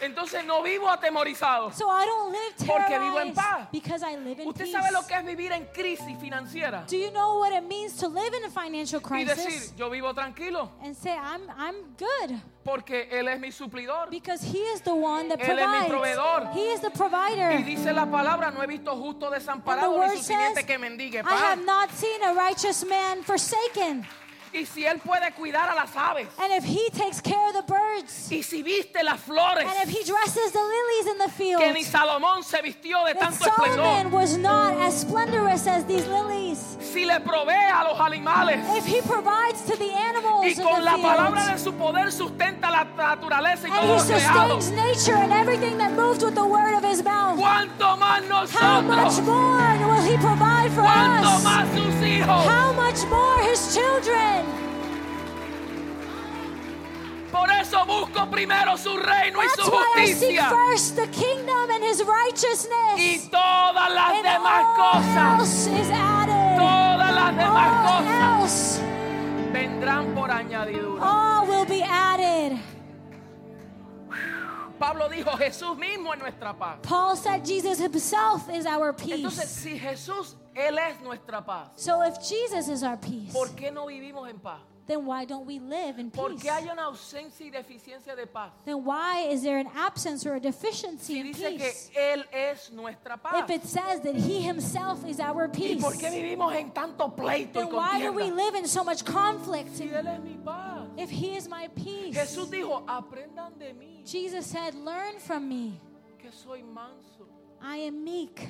Speaker 1: Entonces no vivo atemorizado.
Speaker 2: So I don't live
Speaker 1: Porque vivo en
Speaker 2: terrorized
Speaker 1: paz.
Speaker 2: because I live in
Speaker 1: Usted
Speaker 2: peace.
Speaker 1: sabe lo que es vivir en crisis financiera
Speaker 2: Do you know what it means to live in a financial
Speaker 1: y
Speaker 2: crisis
Speaker 1: decir yo vivo tranquilo
Speaker 2: and say I'm I'm good
Speaker 1: porque él es mi suplidor.
Speaker 2: because he is the one that
Speaker 1: Él es mi
Speaker 2: provides.
Speaker 1: proveedor.
Speaker 2: He is the provider.
Speaker 1: Y dice la palabra, no he visto justo
Speaker 2: And the
Speaker 1: desamparado ni
Speaker 2: word
Speaker 1: su simiente
Speaker 2: says,
Speaker 1: que mendigue
Speaker 2: I
Speaker 1: pan.
Speaker 2: have not seen a righteous man forsaken.
Speaker 1: Y si él puede cuidar a las aves
Speaker 2: And if he takes care of the birds
Speaker 1: Y si viste las flores
Speaker 2: And if he dresses the lilies in the field,
Speaker 1: que ni Salomón se vistió de
Speaker 2: that
Speaker 1: tanto esplendor,
Speaker 2: Solomon was not as splendorous as these lilies.
Speaker 1: si le provee a los animales
Speaker 2: If he provides to the animals
Speaker 1: y
Speaker 2: in the
Speaker 1: con la palabra
Speaker 2: field,
Speaker 1: de su poder sustenta la naturaleza y
Speaker 2: and
Speaker 1: todo
Speaker 2: he
Speaker 1: lo creado,
Speaker 2: sustains nature and everything that moves with the word of his mouth,
Speaker 1: ¿cuánto más
Speaker 2: how much
Speaker 1: nosotros?
Speaker 2: more will he provide for
Speaker 1: ¿Cuánto
Speaker 2: us?
Speaker 1: más sus hijos?
Speaker 2: How much more his children?
Speaker 1: Por eso busco primero su reino y
Speaker 2: That's
Speaker 1: su
Speaker 2: why I seek
Speaker 1: justicia
Speaker 2: first the kingdom and his
Speaker 1: y
Speaker 2: righteousness.
Speaker 1: todas las
Speaker 2: And
Speaker 1: demás
Speaker 2: all
Speaker 1: cosas,
Speaker 2: else is added.
Speaker 1: todas las demás
Speaker 2: All
Speaker 1: cosas
Speaker 2: else,
Speaker 1: vendrán por añadidura.
Speaker 2: all will be added. Oh.
Speaker 1: Pablo dijo, Jesús mismo es nuestra paz.
Speaker 2: Paul said Jesus himself is our
Speaker 1: Entonces,
Speaker 2: peace.
Speaker 1: si Jesús, Él es nuestra paz,
Speaker 2: So if Jesus is our peace,
Speaker 1: ¿por qué no vivimos en paz?
Speaker 2: then why don't we live in
Speaker 1: ¿Por
Speaker 2: peace?
Speaker 1: qué hay una ausencia y deficiencia de paz?
Speaker 2: Then why is there an absence or a deficiency
Speaker 1: Si
Speaker 2: in
Speaker 1: dice
Speaker 2: peace?
Speaker 1: que Él es nuestra paz.
Speaker 2: If it says that he himself is our
Speaker 1: ¿Y
Speaker 2: peace,
Speaker 1: por qué vivimos en tanto pleito y
Speaker 2: then why do we
Speaker 1: contienda?
Speaker 2: live in so much conflict
Speaker 1: Si Él es mi paz.
Speaker 2: if he is my peace?
Speaker 1: Jesús dijo, aprendan de mí,
Speaker 2: Jesus said, Learn from me.
Speaker 1: que soy manso
Speaker 2: I am meek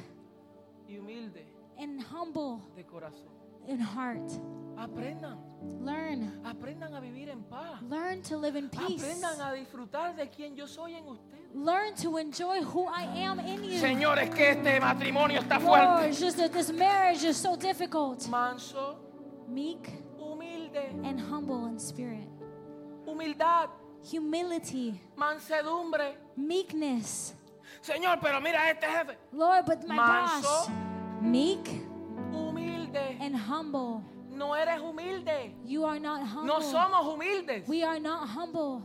Speaker 1: y humilde
Speaker 2: and humble
Speaker 1: de corazón.
Speaker 2: in heart.
Speaker 1: Aprendan,
Speaker 2: Learn.
Speaker 1: aprendan a vivir en paz.
Speaker 2: Learn to live in peace.
Speaker 1: Aprendan a disfrutar de quien yo soy en usted.
Speaker 2: Learn to enjoy who I am in you.
Speaker 1: Señores, que este matrimonio está
Speaker 2: Lord,
Speaker 1: fuerte.
Speaker 2: it's just that this marriage is so difficult.
Speaker 1: Manso,
Speaker 2: Meek
Speaker 1: humilde,
Speaker 2: and humble in spirit.
Speaker 1: humildad,
Speaker 2: Humility,
Speaker 1: mansedumbre.
Speaker 2: meekness.
Speaker 1: Señor, pero mira a este jefe.
Speaker 2: Lord, but my boss,
Speaker 1: Manso.
Speaker 2: meek
Speaker 1: Humilde.
Speaker 2: and humble.
Speaker 1: No eres humilde.
Speaker 2: You are not
Speaker 1: No
Speaker 2: humble.
Speaker 1: somos humildes.
Speaker 2: We are not humble.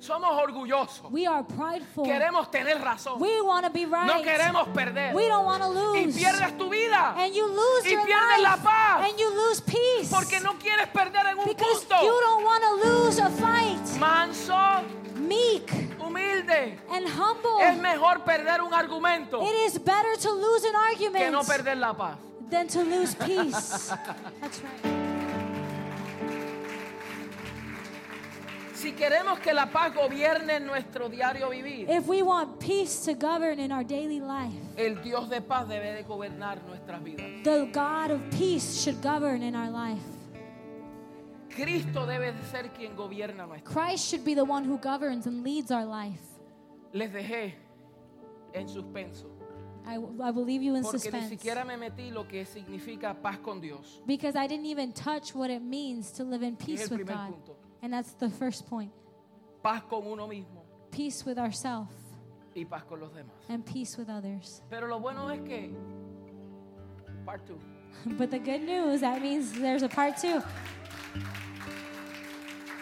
Speaker 1: Somos orgullosos.
Speaker 2: We are prideful.
Speaker 1: Queremos tener razón.
Speaker 2: We want to be
Speaker 1: No
Speaker 2: right.
Speaker 1: queremos perder.
Speaker 2: We don't want to
Speaker 1: Y
Speaker 2: lose.
Speaker 1: pierdes tu vida.
Speaker 2: And you lose
Speaker 1: Y
Speaker 2: your
Speaker 1: pierdes la
Speaker 2: life.
Speaker 1: paz.
Speaker 2: And you lose peace.
Speaker 1: Porque no quieres perder en un
Speaker 2: because
Speaker 1: punto.
Speaker 2: you don't want to lose a fight.
Speaker 1: Manso,
Speaker 2: Meek
Speaker 1: humilde.
Speaker 2: and humble.
Speaker 1: Es mejor perder un argumento
Speaker 2: It is better to lose an
Speaker 1: que
Speaker 2: argument
Speaker 1: no perder la paz.
Speaker 2: than to lose peace. That's right.
Speaker 1: Si queremos que la paz gobierne nuestro diario vivir,
Speaker 2: If we want peace to govern in our daily life,
Speaker 1: el Dios de paz debe de gobernar nuestras vidas.
Speaker 2: the God of peace should govern in our life.
Speaker 1: Cristo debe de ser quien gobierna nuestra.
Speaker 2: Christ should be the one who governs and leads our life.
Speaker 1: Les dejé en suspenso
Speaker 2: I, I will leave you in
Speaker 1: porque ni
Speaker 2: suspense.
Speaker 1: siquiera me metí lo que significa paz con Dios.
Speaker 2: Because I didn't even touch what it means to live in peace
Speaker 1: el
Speaker 2: with
Speaker 1: primer
Speaker 2: God.
Speaker 1: punto.
Speaker 2: And that's the first point
Speaker 1: Paz con uno mismo
Speaker 2: peace with ourselves
Speaker 1: y paz con los demás.
Speaker 2: and peace with others.
Speaker 1: Pero lo bueno es que part two,
Speaker 2: But the good news, that means there's a part two.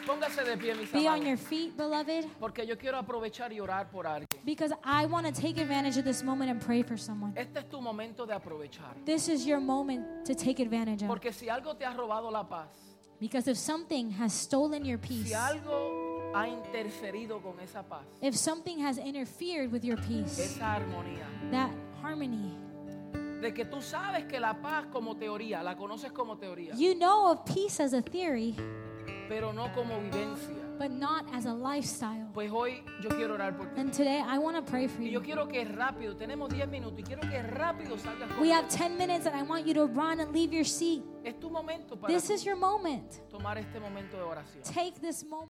Speaker 1: Póngase de pie, mis
Speaker 2: Be on
Speaker 1: amados,
Speaker 2: your feet, beloved,
Speaker 1: porque yo quiero aprovechar y orar por alguien.
Speaker 2: because I want to take advantage of this moment and pray for someone.
Speaker 1: Este es tu momento de aprovechar.
Speaker 2: This is your moment to take advantage of.
Speaker 1: Porque si algo te ha robado la paz,
Speaker 2: Because if something has stolen your peace,
Speaker 1: Si algo ha interferido con esa paz,
Speaker 2: if something has interfered with your peace,
Speaker 1: esa armonía,
Speaker 2: that harmony,
Speaker 1: de que tú sabes que la paz como teoría, la conoces como teoría,
Speaker 2: you know of peace as a theory,
Speaker 1: pero no como vivencia,
Speaker 2: but not as a lifestyle.
Speaker 1: pues hoy yo quiero orar por ti.
Speaker 2: And today I want to pray for
Speaker 1: Y yo
Speaker 2: you.
Speaker 1: quiero que rápido, tenemos 10 minutos, y quiero que rápido salgas con
Speaker 2: We have 10 minutes and I want you to run and leave your seat.
Speaker 1: Es tu momento para
Speaker 2: This is your moment.
Speaker 1: tomar este momento de oración.
Speaker 2: Take this moment.